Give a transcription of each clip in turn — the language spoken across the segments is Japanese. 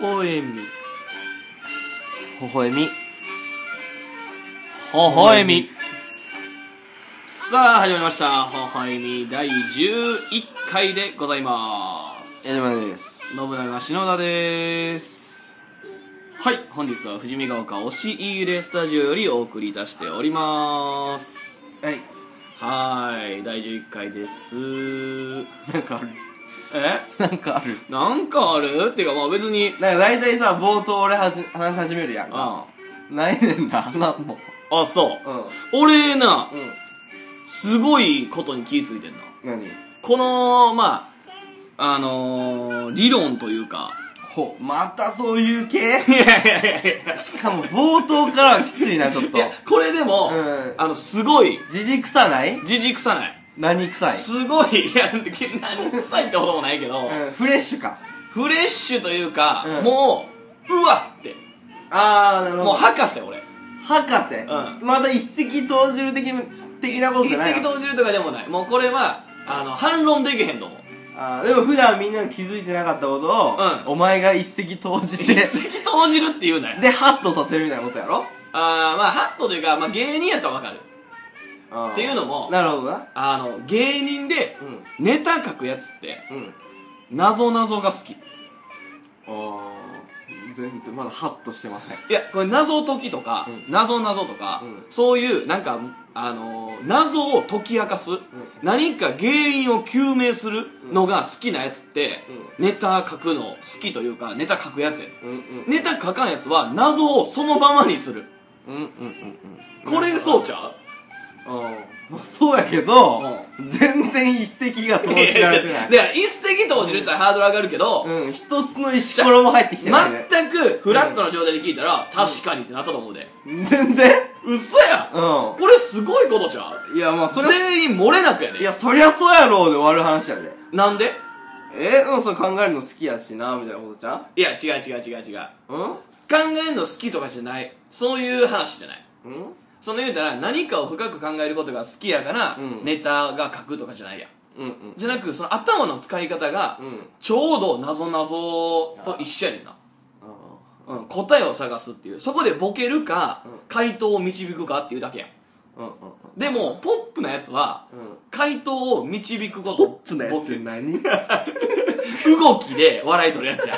ほほえみ微笑み。ほほえみさあ始まりましたほほえみ第11回でございます矢島です。信長篠田ですはい本日は富士見ヶ丘押し入れスタジオよりお送りいたしておりますはい。はーい第11回ですなんかある。えなんかある。なんかあるっていうかまあ別になんか大体さ、冒頭俺はじ話し始めるやんか。あないねんな、なんも。ああそううん。俺なうん。すごいことに気ぃついてんな何このまああのー、理論というかほ、またそういう系いやいやいやいやしかも冒頭からはきついな、ちょっいと。やこれでも、うんあのすごいじじ臭ないじじくさない、何臭いすごいいや何臭いってこともないけど、うん、フレッシュか。フレッシュというか、うんもううわってあー、なるもう博士俺博士、うまた一石投じる的的なことじ一ゃないの石投じるとかでもないもうこれはあの反論できへんと思うあーでも普段みんなが気づいてなかったことを、うんお前が一石投じ一て石投じるって言うなよでハッとさせるみたいなことやろあーまあハットというか、まあ、芸人やったらわかるっっていうのもなるほどなあの芸人でうんネタ書くやつってうんなぞなぞが好きいあー全然まだハッとしてませんやこれ謎解きとか、うん謎謎とか、うんそういうなんかあのー謎を解き明かす、何か原因を究明するのが好きなやつって、ネタ書くの好きというかネタ書くやつやねうんうんネタ書かんやつは謎をそのままにするうんうんうんうんこれうそうちゃうまあそうやけど全然一石が投じられてないやだから一石投じるやつはハードル上がるけど、うん一つの石ころも入ってきてないね全くフラットな状態で聞いたら、確かにってなったと思うで。全然嘘やうこれすごいことじゃんんいやまあそれは全員漏れなくやいねやそりゃそうやろうで終わる話やでなんでえもうそう考えるの好きやしなみたいなことちゃいや、違う違う違う違う。ううん考えるの好きとかじゃない。そういう話じゃない。うんその言うたら、何かを深く考えることが好きやから、うんネタが書くとかじゃないやん。うんうんじゃなく、その頭の使い方が、うんちょうど謎謎と一緒やねんな。あうん、答えを探すっていう。そこでボケるか、うん回答を導くかっていうだけやん。ーうんうんでも、ポップなやつは、うんうん回答を導くことポップなやつって何動きで笑い取るやつ や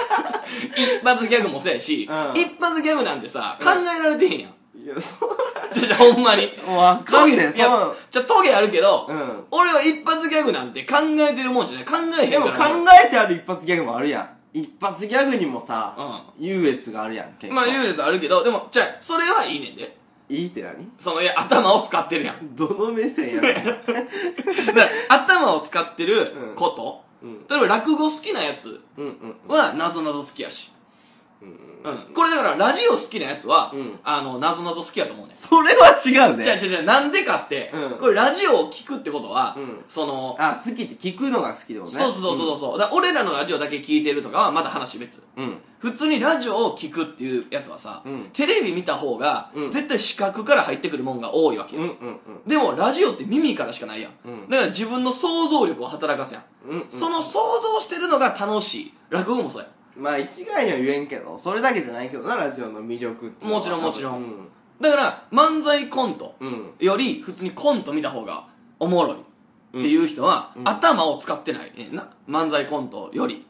一発ギャグもそうやし、うん一発ギャグなんてさ考えられてへんやんいやそうじゃじゃ ほんまにわかんねえいやそうじゃトゲあるけど、うん俺は一発ギャグなんて考えてるもんじゃない考えへんでかもら考えてある一発ギャグもあるやん一発ギャグにもさ優越があるやん結構まあ優劣あるけどでもじゃあそれはいいねんでいいって何そのいや頭を使ってるやん どの目線や ねだから頭を使ってること、うん例えば落語好きなやつうんうんはなぞなぞ好きやし、うんうん、これだからラジオ好きなやつは、うんあのなぞなぞ好きやと思うねんそれは違うねじゃじゃじゃなんでかって、うんこれラジオを聞くってことは、うんその、あ好きって聞くのが好きだもんねそうそうそうそう、うだから俺らのラジオだけ聞いてるとかはまだ話別。うん普通にラジオを聞くっていうやつはさ、うんテレビ見た方が、うん絶対視覚から入ってくるもんが多いわけうんよ、うんうんでもラジオって耳からしかないやん、うんだから自分の想像力を働かすやん、うんうんその想像してるのが楽しい落語もそうやまあ一概には言えんけどそれだけじゃないけどなラジオの魅力っていうのはもちろんもちろんうんだから漫才コントうんより普通にコント見た方がおもろいっていう人は、うん頭を使ってないねんな漫才コントより、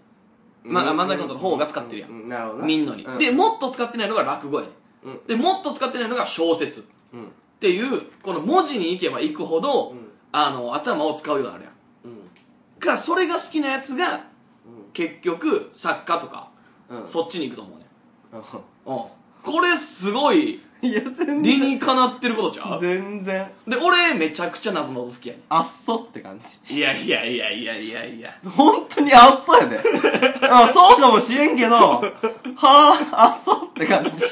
まあうん漫才コントの方が使ってるやん、うなるほどなみんなに、うでもっと使ってないのが落語やねん、うんでもっと使ってないのが小説っうんていうこの文字に行けば行くほど、うんあの頭を使うようになるやんだうんからそれが好きなやつが結局作家とか、うんうんそっちに行くと思うねんうんこれすごいいや全理然にかなってることちゃう全然で俺めちゃくちゃ謎々好きやねあっそって感じんいやいやいやいやいやいや本当にあっそやであそうかもしれんけどはああっそって感じ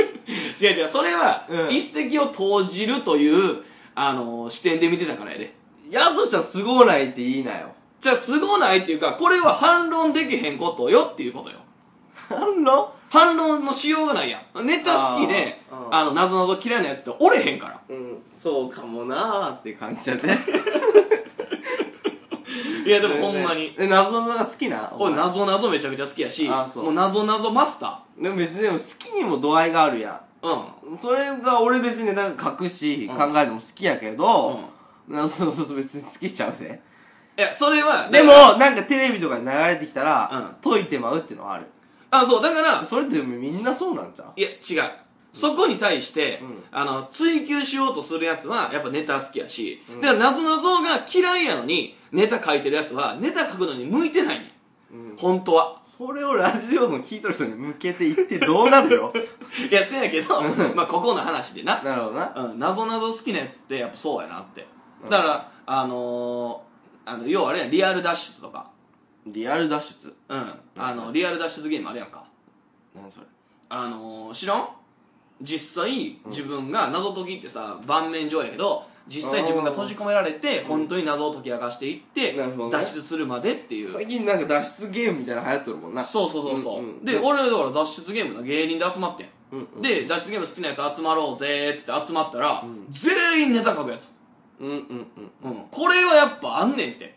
違う違うそれは、うん一石を投じるという、あのー視点で見てたからやでやとしたらすごないって言いなよじゃあすごないっていうかこれは反論できへんことよっていうことよなんの反論のしようがないやんネタ好きでああーあーのなぞなぞ嫌いなやつって折れへんからうんそうかもなーっていう感じやでいやでもほんまにえ、謎のが好きな俺謎謎めちゃくちゃ好きやしあそうもう謎謎マスタでも別にでも好きにも度合いがあるやーうんん。それが俺別になんか書くし、うん考えるのも好きやけど、な そうそうそう別に好きちゃうぜ。いやそれはでもだから、なんかテレビとかで流れてきたら、解いてまうっていうのはある。あそうだからそれってみんなそうなんちゃういや違うそこに対して、うんあの追求しようとするやつはやっぱネタ好きやし、うんだからなぞなぞが嫌いやのにネタ書いてるやつはネタ書くのに向いてないねうんん本当はそれをラジオの聞いとる人に向けて言ってどうな るよいやせやけどうんまあここの話でななるほどな。うんなぞなぞ好きなやつってやっぱそうやなってうんだから、あのー、あの要はあれやんリアル脱出とかリアル脱出。うんあのリアル脱出ゲームあるやんか何それあのー、知らん実際自分が謎解きってさ盤面上やけど実際自分が閉じ込められて本当に謎を解き明かしていってなるほどね脱出するまでっていう、最近なんか脱出ゲームみたいなの流行っとるもんな。そうそうそうそう、うんうんで俺らだから脱出ゲームの芸人で集まってん、うんうんで脱出ゲーム好きなやつ集まろうぜーっつって集まったら、ん全員ネタ書くやつ、うんうんうん。うん、これはやっぱあんねんって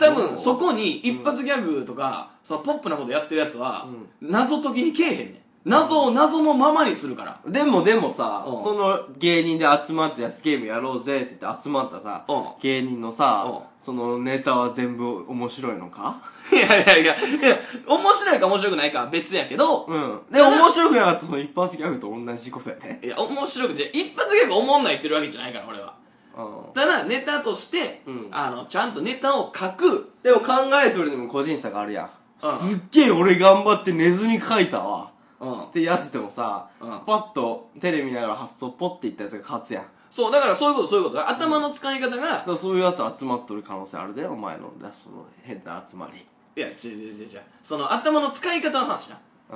多分そうそこに一発ギャグとか、そのポップなことやってるやつは、謎解きにけえへんねん謎を謎のままにするからでもでもさ、うんその芸人で集まってやスゲームやろうぜって言って集まったさ、う芸人のさ、うそのネタは全部面白いのか いやいやいや、いや、面白いか面白くないかは別やけど、うん。で、面白くなかったその一発ギャグと同じことやね。いや、面白くて、一発ギャグ思んない言ってるわけじゃないから、俺は。うん。ただ、ネタとして、うんあの、ちゃんとネタを書く。でも考えとるでも個人差があるやん。うんすっげえ俺頑張って寝ずに書いたわ。うんっ。てやつでもさ、うんパッとテレビ見ながら発想ポッていったやつが勝つやん。だそう、だからそういうこと、そういうこと。頭の使い方が、からそういうやつ集まっとる可能性あるで、お前の、だその変な集まり。いや、違う違う違う違う。その、頭の使い方の話な。う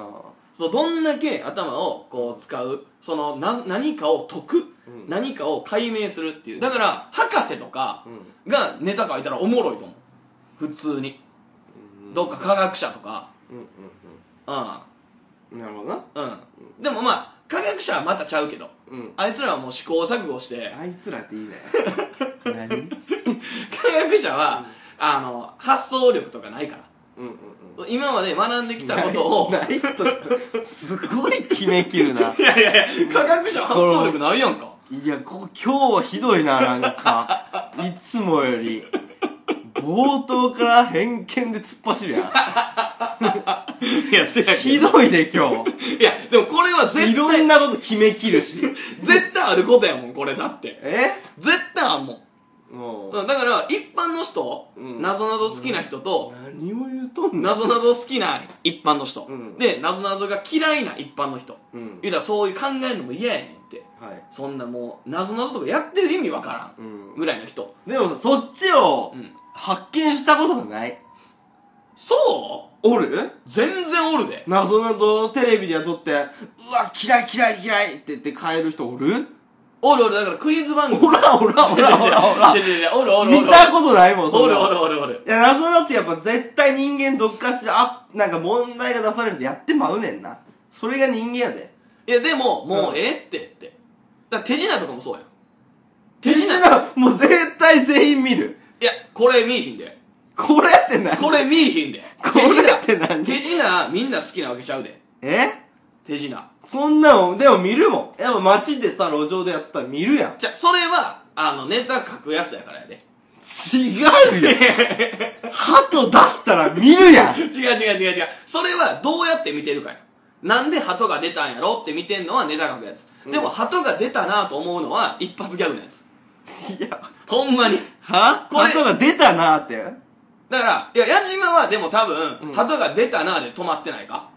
そう、どんだけ頭をこう使う、その、な、何かを解く、うん何かを解明するっていう。だから、博士とかん。がネタ書いたらおもろいと思う。普通に。うん。どっか科学者とか、うんううんん。うん。なるほどな。うん、でもまあ科学者はまたちゃうけどうん。あいつらはもう試行錯誤してあいつらっていいね。何うん科学者は、あの発想力とかないからうんうん。今まで学んできたことを ないないと、すごい決めきるな。いやいやいや科学者は発想力ないやんかいや、こ今日はひどいな、なんか。いつもより。冒頭から偏見で突っ走るやん。いやせやひどいで、今日。いやでもこれは絶いろ対んなこと決めきるし。絶対あることやもんこれだってえ絶対あんもんもう。うんだから一般の人、うんなぞなぞ好きな人と、何を言うとんなのぞなぞ好きな一般の人、うんでなぞなぞが嫌いな一般の人うん。言うたらそういう考えるのも嫌やねんってはい。そんなもう、謎々とかやってる意味わかうらん。ん。ぐらいの人。でもさ、そっちをうん発見したことがない。そうおる全然おるで。謎などテレビでやっとって、うわ、嫌い嫌い嫌いって言って変える人おるおるおる、だからクイズ番組。おらおらおらお らお ら違う違う違うおるおるおる。見たことないもん、おんるなのおるおるおる。いや、謎なってやっぱ絶対人間どっかしら、あ、なんか問題が出されるとやってまうねんな。それが人間やで。いや、でも、もううんええってって。だから手品とかもそうやん。手品もう絶対全員見る。いや、これ見いひんで。これってなこれ見いひんで。これって何手品、みんな好きなわけちゃうで。え手品。そんなの、でも見るもん。やっぱ街でさ、路上でやってたら見るやん。じゃ、それは、あの、ネタ書くやつやからやで。違うよ鳩出したら見るや ん違う違う違う違う。それはどうやって見てるかよ。なんで鳩が出たんやろって見てんのはネタ書くやつ。でも鳩が出たなと思うのは一発ギャグのやつ。いや、ほんまに。はこれ鳩が出たなーって。だから、いや、矢島はでも多分、うん鳩が出たなで止まってないか。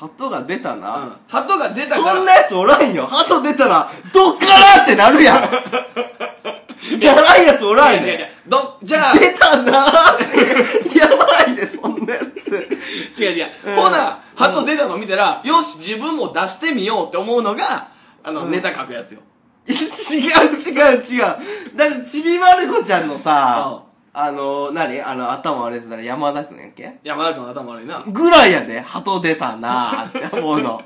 鳩が出たうな、ん。鳩が出たから。そんなやつおらんよ。鳩出たら、どっからーってなるや ん。やらんやつおらん違よ、う違う違う。ど、じゃあ、出たなーって。やばいで、そんなや つ。違う違ううん。ほな、鳩出たの見たら、よし、自分も出してみようって思うのが、あの、うんネタ書くやつよ。違う違う違う。だって、ちびまる子ちゃんのさ、あの、何あの、頭悪いやつなら山田くんやっけ山田君の頭悪いな。 ぐらいやで、鳩出たなーって思うの。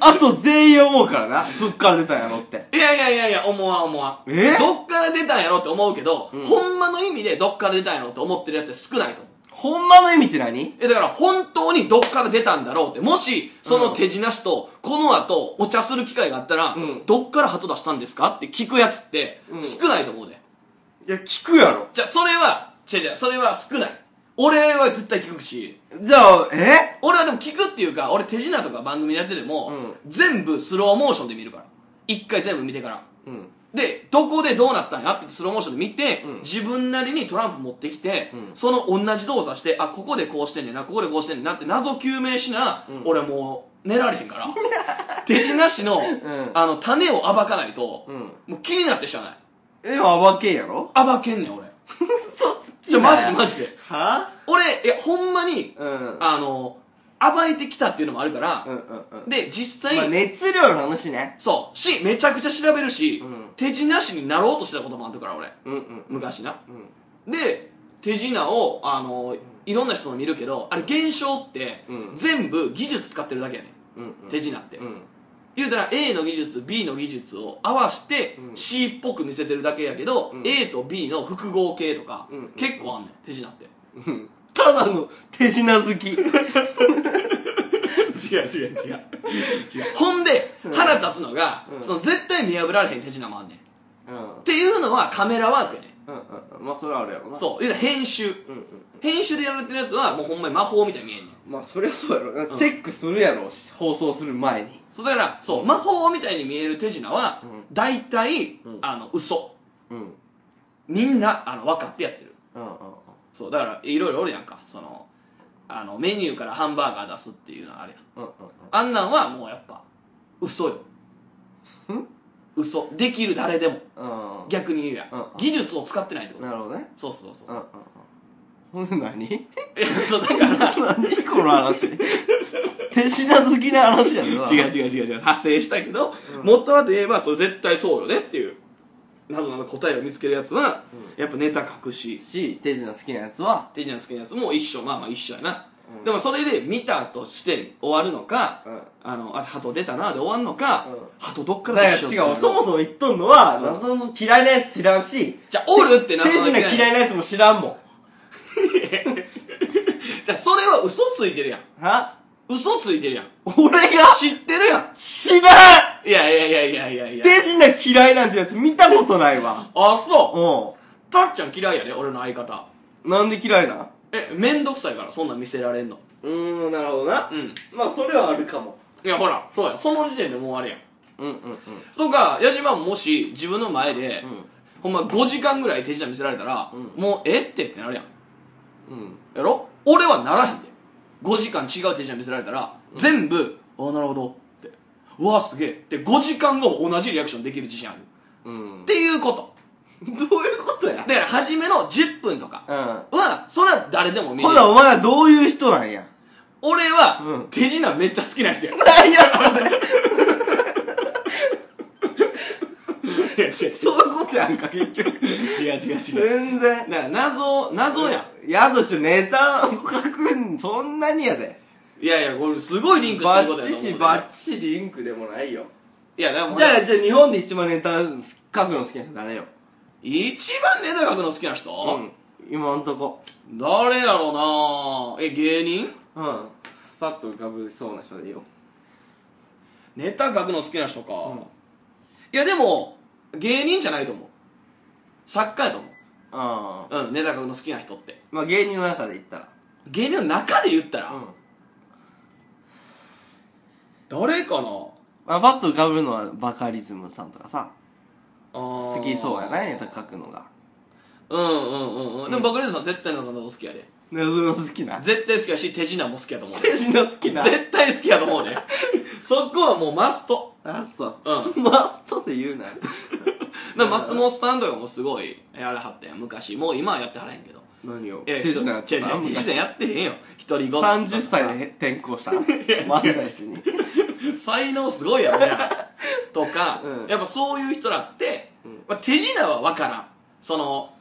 あと全員思うからな。どっから出たんやろって。いやいやいやいや、思わん思わん。えどっから出たんやろって思うけど、うんほんまの意味でどっから出たんやろって思ってるやつは少ないと思う。ほんまの意味って何え、だから本当にどっから出たんだろうって、もし、その手品師と、この後、お茶する機会があったら、うんどっから鳩出したんですかって聞くやつってう、ん少ないと思うで。いや、聞くやろ。じゃあ、それは、違う違う、それは少ない。俺は絶対聞くし、じゃあ、え俺はでも聞くっていうか、俺手品とか番組でやってても、うん全部スローモーションで見るから。一回全部見てから。うん。で、どこでどうなったんやってスローモーションで見て、うん自分なりにトランプ持ってきて、うんその同じ動作して、あ、ここでこうしてんねんな、ここでこうしてんねんなって謎究明しな、うん俺もう寝られへん から。手品師の、んあの、種を暴かないと、うん。もう気になってしゃあない。でも、暴けんやろ暴けんねん、俺。嘘つちょ、マジでマジで。は俺、いや、ほんまに、うん。あの、暴れてきたっていうのもあるからう、んうんうん。で、実まあ、際、熱量の話ね。そう、し、めちゃくちゃ調べるし、うん手品師になろうとしてたこともあるから、俺。うんうん。昔な。うん。で手品をあのいろんな人の見るけどあれ現象って、うん全部技術使ってるだけやねうんうんん。手品って、うん。言うたら A の技術 B の技術を合わして C っぽく見せてるだけやけど、うん A と B の複合形とか、うん結構あんねん手品ってうんただの手品好き。違う違う違う ほんで腹立つのが、うんその絶対見破られへん手品もあんねんっうん。うんていうのはカメラワークやねうんうん。まあ、それはあるやろんな。そう言うたら編集う。うんうん。編集でやられてるやつはもうほんまに魔法みたいに見えんねんまあ、そりゃそうやろ。うんチェックするやろ。放送する前に。そうだからそう魔法みたいに見える手品は、う大体、うんあの嘘うん。うんみんなあの分かってやってるうんうん。そうだからいろいろおるやんかそのあのメニューからハンバーガー出すっていうのあれやんうんうんあんなんはもうやっぱ嘘ようん。嘘できる誰でもうん。うん。逆に言うやん、うん技術を使ってないってことなるほどね。そうそうそううそうんんううん。ほんで何いやそうだから何この話。手品好きな話やんな。違う。違う違う違う派生したけど、うん元はといえばそれ絶対そうよねっていう謎の答えを見つけるやつは、やっぱネタ隠しし、手品好きなやつは。手品好きなやつも一緒まあまあ一緒やな、うんでもそれで見たとして終わるのか、うんあのあ鳩出たなで終わるのか、うん鳩どっかだらから違出しう、そもそも言っとんのは、謎の嫌いなやつ知らんし、じゃあおるって手なった品嫌いなやつも知らんもん。じゃあそれは嘘ついてるやんは嘘ついてるやん俺が知ってるや知らんんいやいやいやいやいやいや手品嫌いなんてやつ見たことないわ。あそううたっちゃん嫌いやで俺の相方ん。なんで嫌いなんえめんどくさいからそんなん見せられんのうーん、なるほどなう。んまあ、それはあるかも。いやほらそうやその時点でもうあれやんうんうんうん。とか矢島ももし自分の前で、んほんま5時間ぐらい手品見せられたら、うもうえってってなるやんうん。やろ俺はならへんで5時間違う手品見せられたら、全部「ああなるほど」って「うわすげえ」って5時間後同じリアクションできる自信あるっうん。ていうことどういうことやだから初めの10分とかうはそれは誰でもん。見れほるな、お前はどういう人なんや。俺うはん手品めっちゃ好きな人やなんや、それ。いや 違うそういうことやんか、結局。違う違う違う全然。だから謎謎やんやとしてネタを書くん、そんなにやで。いやいやこれすごいリンクしてバることッやとチ思うねし、バッチリリンクでもないよ。いやだからほじゃらあ、じゃあ日本で一番ネタ書くの好きな人誰よ。一番ネタ書くの好きな人、うん。今んとこ。誰やろうなえ芸人うん。パッと浮かぶそうな人でいいよ。ネタ書くの好きな人か、いやでも芸人じゃないと思う作家やと思ああ。ううんネタ書くの好きな人ってまあ芸人の中で言ったら。芸人の中で言ったら、ん。誰かなまあパッと浮かぶのはバカリズムさんとかさ。好好きそうやな、ネタ書くのが。うんうんうんうんでもバカリズムさん絶対謎謎好きやでね、その好きな。絶対好きやし手品も好きやと思うで手品好きな。絶対好きやと思うで そこはもうマストあ、そうう。マストで言うな。だから松本さんとかもすごいやらはったやん昔もう今はやってはらへんけど何をいや手品やって違う違う手品やってへんよ一人ごと30歳で転校した漫才師に才能すごいやろじゃあとか、うんやっぱそういう人らって、うんまあ、手品は分からんその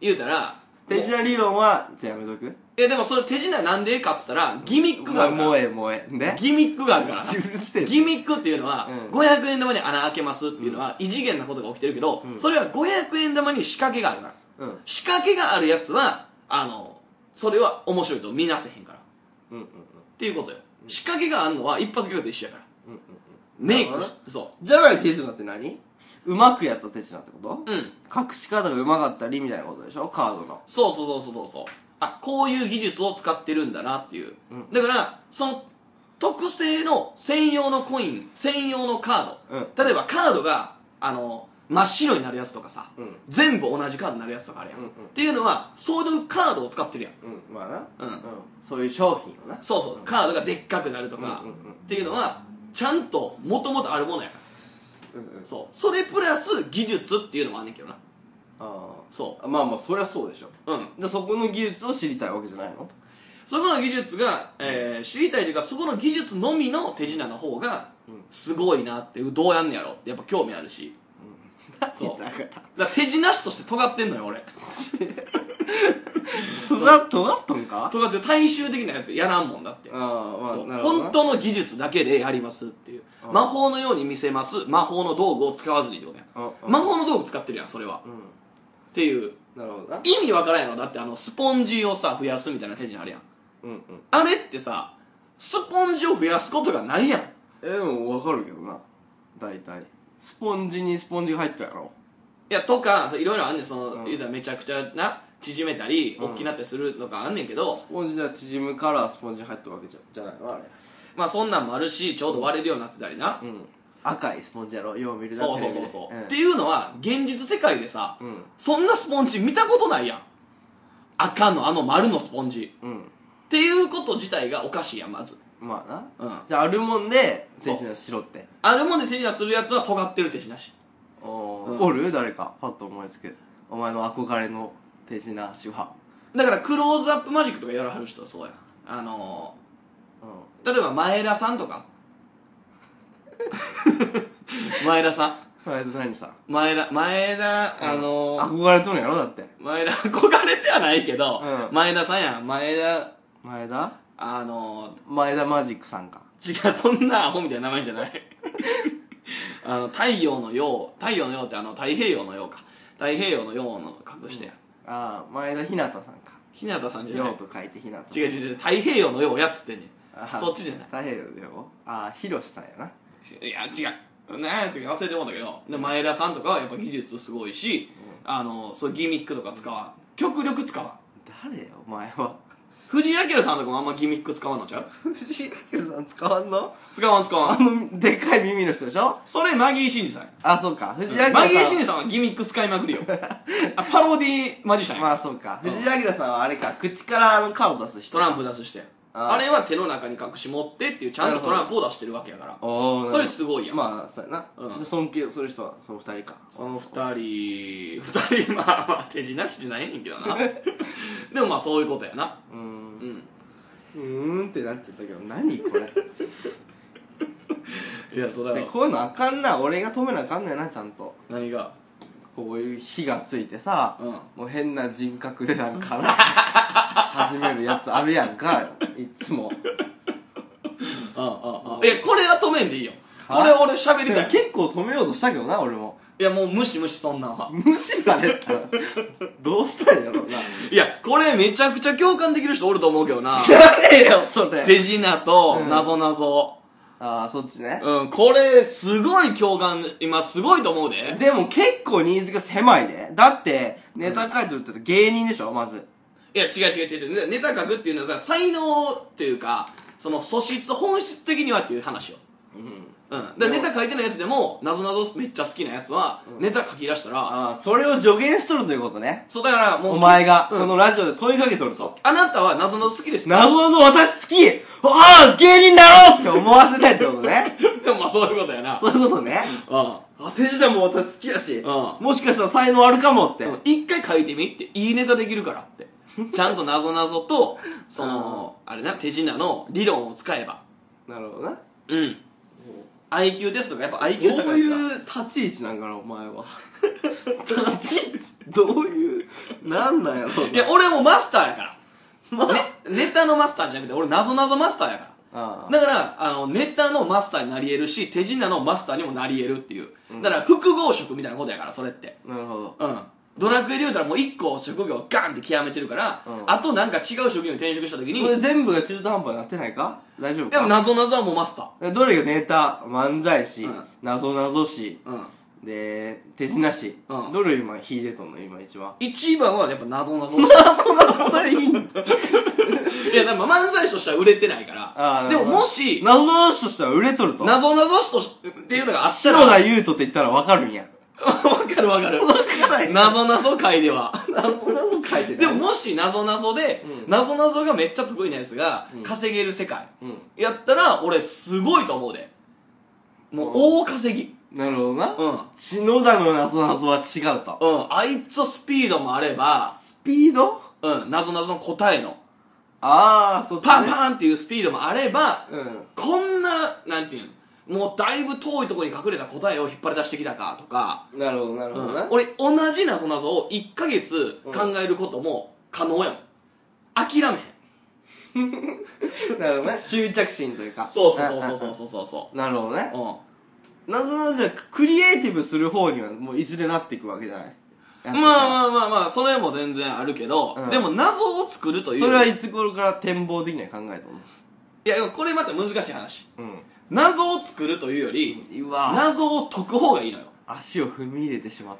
言うたら手品理論は、じゃあやめとくいやでもそれ手品なんでかっつったら、ギミックがあるかもら。うええ、もうええ。でギミックがあるから。うるせえ。ギミックっていうのは、うん500円玉に穴開けますっていうのは、異次元なことが起きてるけど、うんそれは500円玉に仕掛けがあるから。うん。仕掛けがあるやつは、あの、それは面白いと見なせへんから。っうんうんうん。ていうことよ。仕掛けがあるのは一発ギャグと一緒やから。うんうんメイなクるほしどね、そじゃない手品って何うまくやった手品ってこう。とうん。隠し方がうまかったりみたいなことでしょカードの。そうそうそうそうそうそう。あ、こういう技術を使ってるんだなっていう。うんだから、その、特製の専用のコイン、専用のカード。例えばカードが、あの、真っ白になるやつとかさ、うん全部同じカードになるやつとかあるやん。うんうんっていうのは、そういうカードを使ってるやん。うん。まあうんな。そういう商品をな。そうそう、カードがでっかくなるとか、うんうんうんっていうのは、ちゃんと元々あるものやから。うんうん。そう。それプラス技術っていうのもあんねんけどな。あそあ。まあまあ、そりゃそうでしょ。う。うん。で、そこの技術を知りたいわけじゃないのそこの技術が、えー知りたいというかそこの技術のみの手品の方がうんすごいなってどうやんねやろってやっぱ興味あるしそうだから。だから手品師として尖ってんのよ俺とが、とがっとんか尖って大衆的なやつやらんもんだって、ああ、まあ、そうなるほどな本当の技術だけでやりますっていううん魔法のように見せます魔法の道具を使わずにってことやうんうん魔法の道具使ってるやんそれはうん。っていうなるほどな。意味わからんやろだってあのスポンジをさ増やすみたいな手品あるやんうんうん。あれってさスポンジを増やすことがないやんえ、でもわかるけどな。大体。スポンジにスポンジが入ったやろ。いやとかいろいろあんねんその、うん言うたらめちゃくちゃな縮めたりうん大きなったりするのがあんねんけど、スポンジは縮むからスポンジ入ったわけじゃじゃないのあれ。まあそんなんもあるしちょうど割れるようになってたりな、うん。赤いスポンジやろ。よう見るなそうそうテそうレビでそう、んっていうのは現実世界でさ、うん。そんなスポンジ見たことないやん赤のあの丸のスポンジうん。っていうこと自体がおかしいやんまずまあな。うんじゃあ、あるもんで、そう手品しろって。あるもんで手品するやつは尖ってる手品師お,、うんおる誰か。パッと思いつけ。お前の憧れの手品師は。だからクローズアップマジックとかやらはる人はそうやんあのー、う例えば前田さんとか 前田さんん。前田何さん。前田前田あのー憧れとるんやろだって。前田憧れてはないけど、うん前田さんやん前田前田あの前田マジックさんか。ー違うそんなアホみたいな名前じゃない あの太陽の陽太陽の陽ってあの太平洋の陽か太平洋の陽の隠してやん、ああ、前田ひなたさんか。日向さんじゃなよいうと書いてひなた。違う違う違う太平洋の陽やっつってんねんあそっちじゃない太平洋だよ。ああ、ひろしさんやな。いや違う何やったっけ忘れてもんだけどで前田さんとかはやっぱ技術すごいし、あのそういうギミックとか使わん極力使わん誰よ、お前は。藤井明さんとかもあんまギミック使わんのちゃう藤井明さん使わんの使わん使わあんの、でかい耳の人でしょ それマギー・シンジさんやあ、そうか。藤井明さん。マギー・シンジさんはギミック使いまくるよあパロディマジシャンや、まあそうか。藤井明さんはあれか、口からあのカード出す人。トランプ出すしてあーあれは手の中に隠し持ってっていうちゃんとトランプを出してるわけやからおーそれすごいやん、まあ、そうやな。うんじゃあ尊敬する人はその二人か。その二人二人ま あまあ手品師じゃないねんけど なでもまあそういうことやなうーん。うんうーんってなっちゃったけど、何これ。いやそうだそれこういうのあかんな。俺が止めなあかんねんな、ちゃんと。何がこういう火がついてさ、うんもう変な人格でなん かな始めるやつあるやんかいっつもああああいやこれは止めんでいいよこれ俺喋りたい結構止めようとしたけどな俺もいやもう無視無視そんなんは無視されたらどうしたらいいんやろうないやこれめちゃくちゃ共感できる人おると思うけどな 誰よそれ手品とうんなぞなぞああそっちね、うんこれすごい共感今すごいと思うででも結構ニーズが狭いでだってネタ書いてるって言ったら芸人でしょまずいや違う違う違う違うネタ書くっていうのはさ才能っていうかその素質本質的にはっていう話ようんうん、だからでネもタ書いてないやつでもなぞなぞめっちゃ好きなやつは、うんネタ書き出したらああそれを助言しとるということねそうだからもうお前がうんこのラジオで問いかけとるそうとあなたはなぞなぞ好きですか謎の私好きああ芸人だろうって思わせたいってこと ねでもまあそういうことやなそういうことねうんあ、手品も私好きだし、うもしかしたら才能あるかもって。うん一回書いてみっていいネタできるからってちゃんとなぞなぞとそのあれな手品の理論を使えばなるほどな。うん IQ テストがやっぱ IQ ど高ういやつが いう立ち位置なんかな、お前は。立ち位置どういう、なんなんやろいや、俺もマスターやから。まね、ネタのマスターじゃなくて、俺、謎謎マスターやから。あだから、あの、ネタのマスターになり得るし、手品のマスターにもなり得るっていううん。だから、複合職みたいなことやから、それって。あなるほどうん。ドラクエで言うたらもう一個職業をガンって極めてるから、うんあとなんか違う職業に転職した時に、これ全部が中途半端になってないか大丈夫でもか謎謎はもうマスタどれがネタ漫才師、うんなぞなぞ師ー。うん。で手品師、うんどれ今引いてとんの今一番一番はやっぱ謎謎。そんな ことないいんいや、でも漫才師としては売れてないかあーら。なでるほもどもし、なぞなぞ師としては売れとると謎謎師としっていうのがあったら、白田優斗って言ったらわかるんやわかるわかる。からん謎謎界では。なぞなぞ書いてでももし謎謎で、うん謎謎がめっちゃ得意なやつがうん稼げる世界うんやったら俺すごいと思うでもう大稼ぎなるほどなうん、うん、篠田のなぞなぞは違うとあいつはスピードもあればスピードうん謎謎の答えのああそっちねパンパンっていうスピードもあればうんこんななんていうのもうだいぶ遠いところに隠れた答えを引っ張り出してきたかとか、なるほどなるうほどんな、俺同じ謎謎を1ヶ月考えることも可能やもん諦めへんなるほどね執着心というかそうそうそうそうそうそうそうんなるほどねううんなぞなぞじゃクリエイティブする方にはもういずれなっていくわけじゃないままああまあまあまあ、それも全然あるけど、うんでも謎を作るという。それはいいつ頃から展望的には考えたのや、これまた難しい話。うん謎を作るというより、うわ謎を解く方がいいのよ。足を踏み入れてしまっ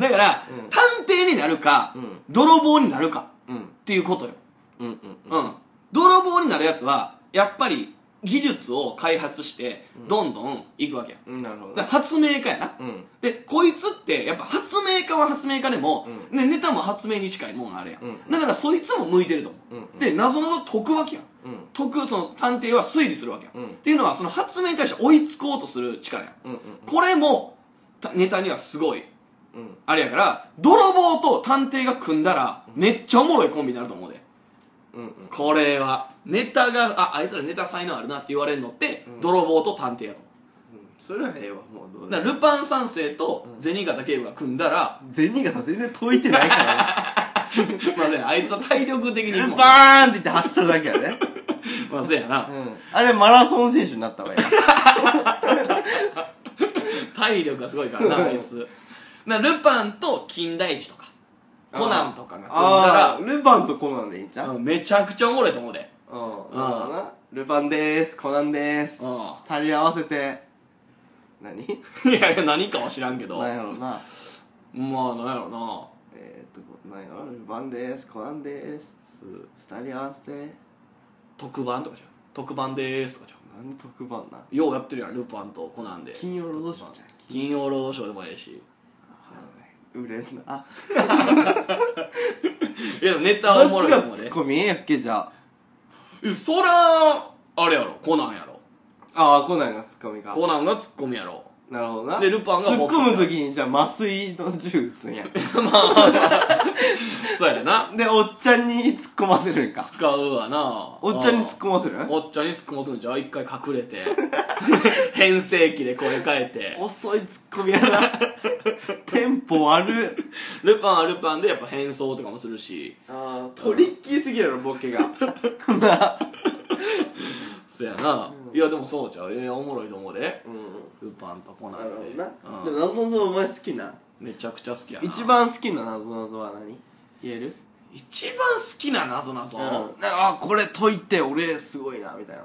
だから、うん探偵になるか、たうん泥棒になるかうんっていうことよ。うんうんうん。泥棒になるやつは、やっぱり技術を開発して、どんどん行くわけや。うんなるほどだねから発明家やな。うんで、こいつって、やっぱ発明家は発明家でも、うね、ネタも発明に近いもんあれや、うんだからそいつも向いてると思う。うんうんで、謎々解くわけやん。うん解くその探偵は推理するわけや、うんっていうのはその発明に対して追いつこうとする力やんうんこれもたネタにはすごいうんうんあれやから泥棒と探偵が組んだらめっちゃおもろいコンビになると思うでうんうんこれはネタがああいつらネタ才能あるなって言われるのって、うん泥棒と探偵やと思それはええわもうどううだからルパン三世と銭形警部が組んだら、銭形全然解いてない から まあねあいつは体力的にねもバーンって言って走ってるだけやねまあそうやな、うん あれマラソン選手になったわよ体力がすごいからなあいつなルパンと金田一とかコナンとかが組んだらああルパンとコナンでいいんちゃううんめちゃくちゃおもろいと思うで。うんんなるほどなルパンでーすコナンでーすうん二人合わせて何 いやいや、何かは知らんけど。なまあ、んやろうななんやろな。えー、っとなんやろルパンでーすコナンでーす二人合わせて特番とかじゃん。特番でーすとかじゃん。何特番なようやってるやん、ルパンとコナンで。金曜ロードショーじゃん金曜ロードショーでもええし。売れんなあいや、ネタはおどもろっちいとが思うツッで。コミやっけじゃあえそら、あれやろ、コナンやろ。ああコナンがツッコミかコナンがツッコミやろ。なるほどなでルパンが突っ込む時にじゃあ麻酔の銃撃つんやそうやな。でおっちゃんに突っ込ませるんか使うわな。おっちゃんに突っ込ませるうんおっちゃんに突っ込ますんじゃん。一回隠れて。 変声機で声変えて。遅い突っ込みや なテンポ悪ルパンはルパンでやっぱ変装とかもするし。あトリッキーすぎるやろボケ がなそやな、いやでもそうじゃんいやおもろいと思うでうんルパンとコナなるンでほどなうでんもなぞなぞお前好きなめちゃくちゃ好きやな一番好きななぞなぞは何言える一番好きな謎なぞなんかあこれ解いて俺すごいなみたいな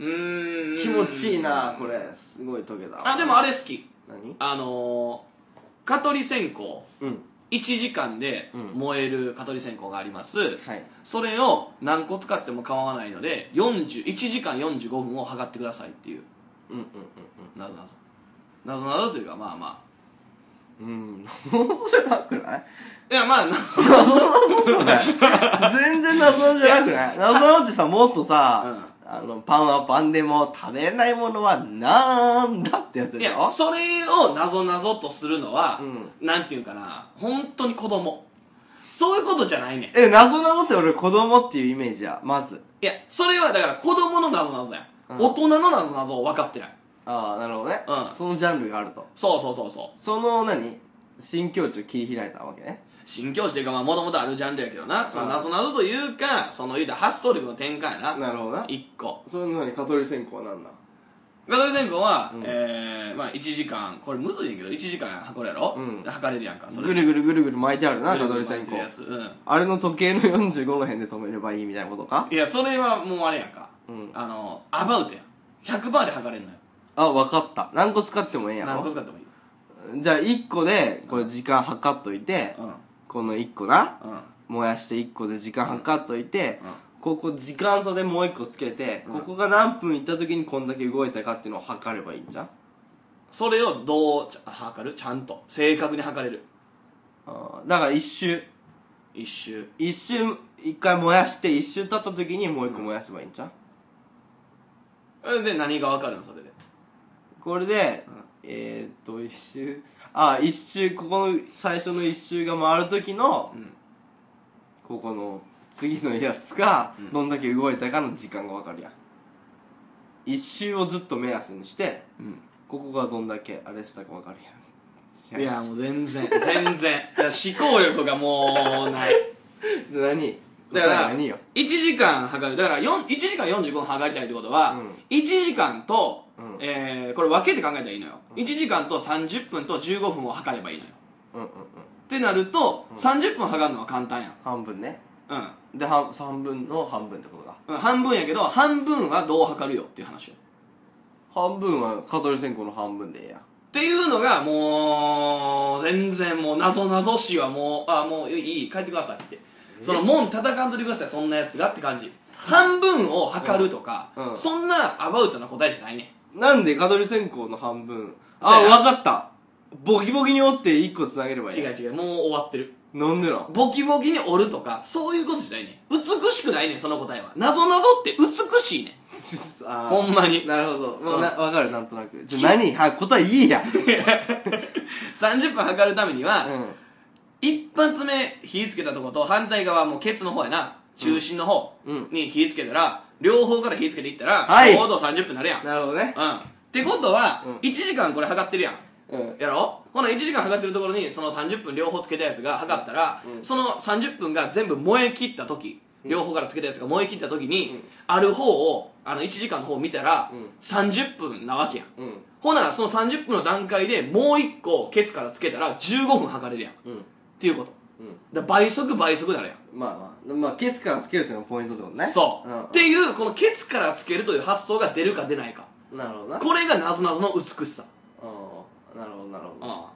うーん気持ちいいなこれすごい解けたあでもあれ好き何あのー、蚊取り線香うん1時間でうん燃える蚊取り線香があります、はいそれを何個使っても構わないので40 1時間45分を測ってくださいっていううんうん謎なぞ謎なぞというかまあまうんうんうんなぞなぞじゃなくないあいやまあな謎そうだよ全然謎じゃなくない謎ってさもっとさ、あのパンはパンでも食べれないものはなんだってやついでしやょそれをなぞなぞとするのは、うなんていうんかな本当に子供そういうことじゃないねんいえ謎なのって俺子供っていうイメージやまずやそれはだから子供のなぞなぞや、うんん、大人のなぞなぞを分かってないああなるほどね、うんそのジャンルがあるとそうそうそうそその何新境地を切り開いたわけね。新教師というかまあもともとあるジャンルやけどなそのうんなぞなぞというかその言うたら発想力の転換やななるほどな。一個それなのに、蚊取り線香は何なんガトリ戦法は、うんえー、まあ1時間これむずいねんけど1時間測るやろ、うん測れるやんかそれぐるぐるぐるぐる巻いてあるな、ぐ蚊るぐ取るり巻いて線るやつう香。んあれの時計の45の辺で止めればいいみたいなことかいやそれはもうあれやんか、うんあのアバウトや100%で測れんのよあ、わかった。何個使ってもええや何個ろ。使ってもいいじゃあ1個で、これ時間測っといて、うんこの1個な、うん燃やして1個で時間測っといて、うんここ時間差でもう1個つけて、うんここが何分いった時にこんだけ動いたかっていうのを測ればいいんじゃんそれをどうちゃ測るちゃんと正確に測れるあーだから1周、一周1周、1回燃やして1周経った時にもう1個燃やせばいいんじゃんえで何が分かるのそれでこれで、えー、っと一周あ一周ここの最初の一周が回る時の、んここの次のやつが、どんだけ動いたかの時間がわかるやん一周をずっと目安にしてうんここがどんだけあれしたかわかるやんいやもう全然全 然いや思考力がもうないで何だか答えはら何よ1時間測るだから4 1時間45分測りたいってことは、うん1時間と、うんえーこれ分けて考えたらいいのよ、1時間と30分と15分を測ればいいのようんうんうんってなると、30分測るのは簡単やん半分ねうんで半3分の半分ってことだうん半分やけど半分はどう測るよっていう話よ半分は蚊取り線香の半分でええやんっていうのがもう全然もう謎謎しはもうあもういい帰ってくださいってその門叩かんといてくださいそんなやつがって感じ半分を測るとか、うんうんそんなアバウトな答えじゃないねなんで蚊取り線香の半分あ、そうやなわかったボキボキに折って1個つなげればいい違う違うもう終わってるなん でなんボキボキに折るとかそういうことじゃないね美しくないねその答えは謎謎って美しいね あーほんまになるほどもううんなわかるなんとなくじゃあ何は答えいいや30分測るためには、うん一発目火つけたとこと反対側もうケツの方やな中心の方うんに火つけたら、両方から火つけていったら、はいちょうど30分になるやん、うん、っなるほどねてことは、うん1時間これ測ってるやんうんやろほな1時間測ってるところにその30分両方つけたやつが測ったら、うんその30分が全部燃え切った時、両方からつけたやつが燃え切った時に、うんある方をあの1時間の方を見たら、うん30分なわけやんうんほなその30分の段階でもう1個ケツからつけたら15分測れるやんっうんていうことうんだから倍速倍速なるやんまあまあまあケツからつけるっていうのがポイントってことねそう、んっていうこのケツからつけるという発想が出るか出ないかなるほどなこれがなぞなぞの美しさうんなるほどなるほどあ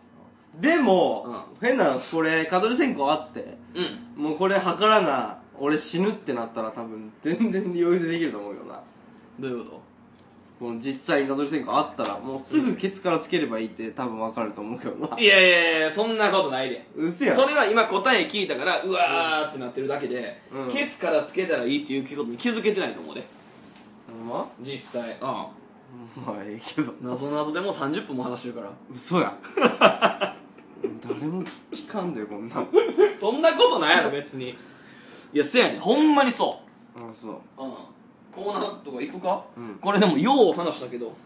でうも変な話これ蚊取り線香あってうんもうこれ測らな俺死ぬってなったら多分全然余裕でできると思うよなどういうここの実際にたどり線があったらもうすぐケツからつければいいって多分わかると思うけどなといやいやいやそんなことないでうせやそれは今答え聞いたからうわーってなってるだけで、うんケツからつけたらいいっていうことに気づけてないと思うでほんま実際うんまあええけどなぞなぞでもう30分も話してるから嘘や誰も聞かんでこんなんあそんなことないやろ別に いやせやねんほんまにそそうう、うん、コーナーとか行くか、うんこれでもよう話したけど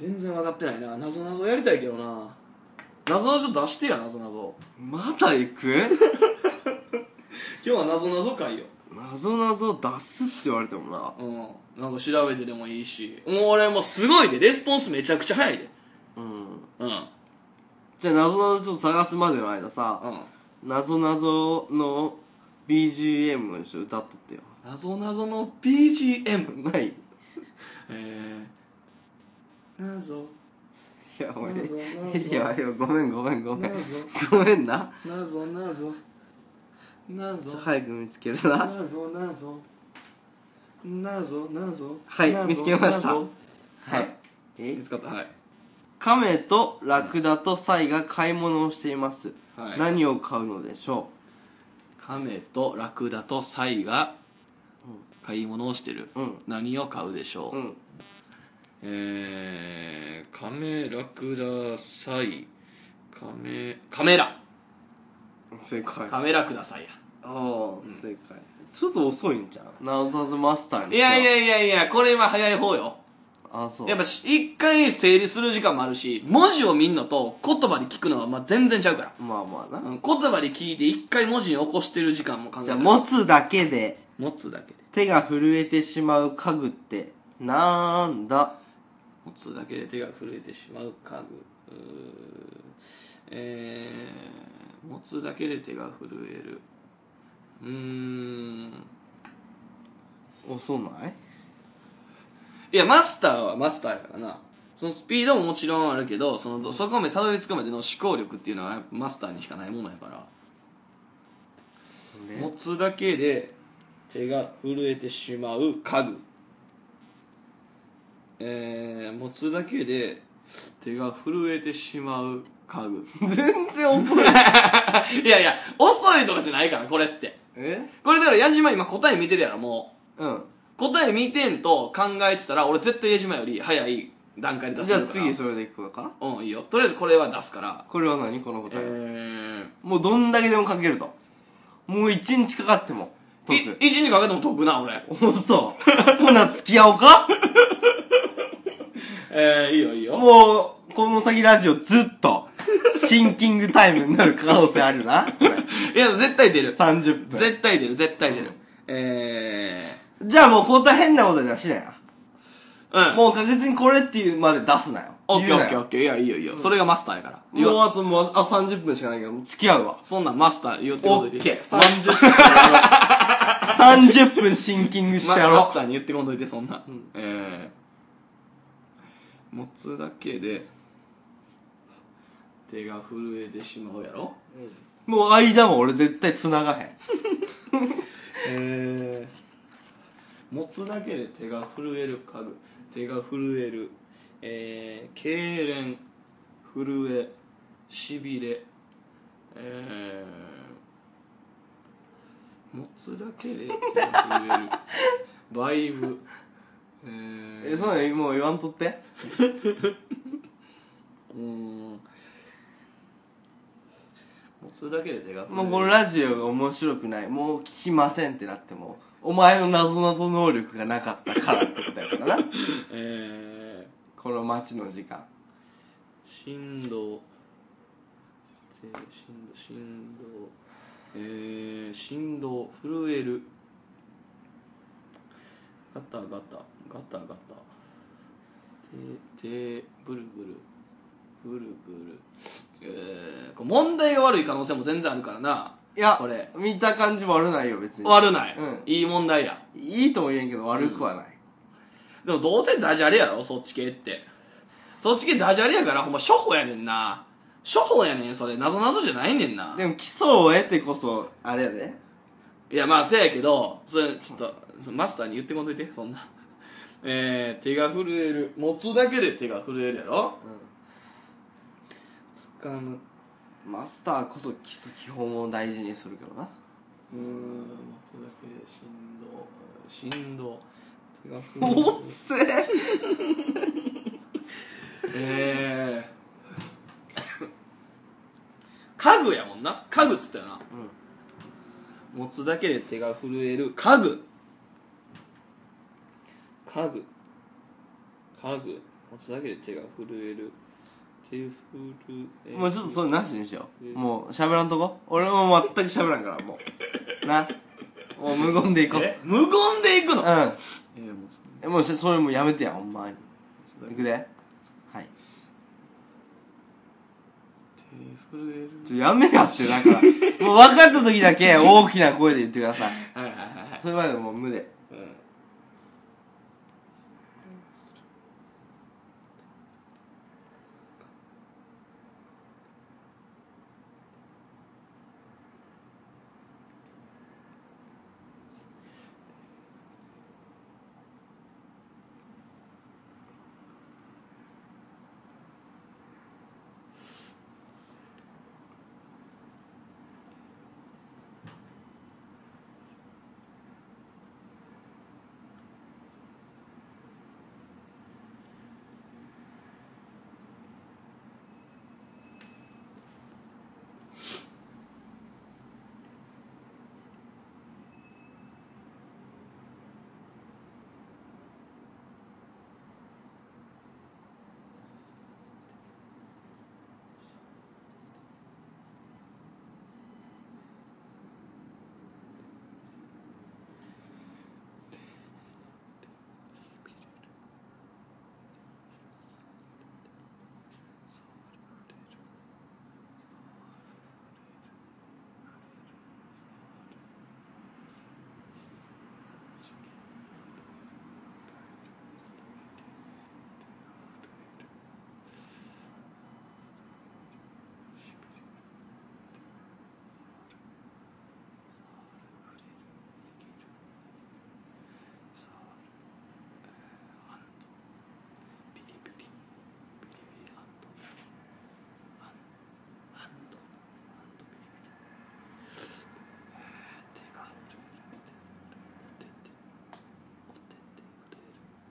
全然分かってないななぞなぞやりたいけどななぞなぞ出してやなぞなぞまだ行く今日はなぞなぞ会よ謎謎出すって言われてもなうんなんか調べてでもいいしもう俺もうすごいでレスポンスめちゃくちゃ早いでうんうんうんじゃあ謎謎ちょっと探すまでの間さ謎謎の BGM の人歌っとってよなぞなぞの BGM ないえー、なぞいやおい謎謎いやいやごめんごめんごめん謎ごめんななぞなぞなぞ早く見つけるななぞなぞなぞなぞはい見つけました謎はい謎え見つかったはい亀とラクダとサイが買い物をしています、はい何を買うのでしょ亀とラクダとサイが買い物をしてる、うん何を買うでしょう、ううんえー、カメラクダサイカメカメラ正解カメラくださいやああ、正解ちょっと遅いんじゃんなぞなぞマスターにいやいややいやいやこれは早い方よあ、そう。やっぱし一回整理する時間もあるし文字を見んのと言葉で聞くのはまあ全然ちゃうから、まあまあうな。ん、言葉で聞いて一回文字に起こしてる時間も考えじゃたあ、ら持つだけで持つだけで手が震えてしまう家具って、なんだ持つだけで手が震えてしまう家具うーえー、持つだけで手が震えるうーんお、そうないいやマスターはマスターやからなそのスピードももちろんあるけどそのそこまでたどり着くまでの思考力っていうのはやっぱマスターにしかないものやからで持つだけで手が震えてしまう家具えー、持つだけで手が震えてしまう家具全然 遅い。 いやいや遅いとかじゃないからこれってえこれだから矢島今答え見てるやろもうん。う答え見てんと考えてたら俺絶対矢島より早い段階で出せじゃあるから次それでいくかなうんいいよとりあえずこれは出すからこれは何この答ええ。ー、もうどんだけでも書けると。もう一日かかっても解く。い一にかけても解くな俺おそう。ほな、付き合おうかえー、いいよいいよもう、この先ラジオずっと、シンキングタイムになる可能性あるな。これいや絶対出る30分。絶対出る絶対出る、うんえじゃあもう答え変なこと出しなよ。ー、うんもう確実にこれっていうまで出すなよ。オッケー言オうなッケーオよッケーいやいいよいいよ、それがマスターやから言もわうあともう、あ、30分しかないけど、もう付き合うわ。そんなんマスター言うってこオといッてケー。マス30分。30分シンキングしてやまマスろターに言ってこんといてそんなん、んえー、持つだけで手が震えてしまうやろう。もう間も俺絶対繋がへん。えー、持つだけで手が震える家具手が震えるえー、痙攣震えしびれえー、持つだけで手が震える バイブえー、え、そうね、もう言わんとって。うーん持つだけで手が震えるもうこのラジオが面白くない、もう聞きませんってなっても、お前の謎謎能力がなかったからってことやからな。 えー、この待ちの時間。振動ぜ振動振動えー、振動震えるガタガタガタガタててブルブルブルブルえー、これ問題が悪い可能性も全然あるからないや、これ見た感じ悪ないよ、別に。悪ない、うんいい問題やいいとも言えんけど悪くはない。でもどうせダジャレやろそっち系ってそっち系ダジャレやからほんま初歩やねんな初歩やねんそれ謎謎じゃないねんなでも基礎を得てこそ、あれやで。いやまあせやけどそれちょっとそマスターに言ってもんといてそんな えー、手が震える持つだけで手が震えるやろ掴むマスターこそ基礎基本を大事にするけどな。うーん持つだけで振動振動手が 震えおるっせええー家具やもんな家具っつったよな持つだけで手が震える家具家具家具持つだけで手が震える手震えるもうちょっとそれなしにしよう。もう喋らんとこ俺も全く喋らんから、もう。な。もう無言でいこう。え無言でいくのうん。えー持つえもうそそれもうやめてやほんまに持つだいけくでではい手震えるちょやめよってだからもう分かった時だけ大きな声で言ってくださいはいはいはいはいそれまでもう無でうん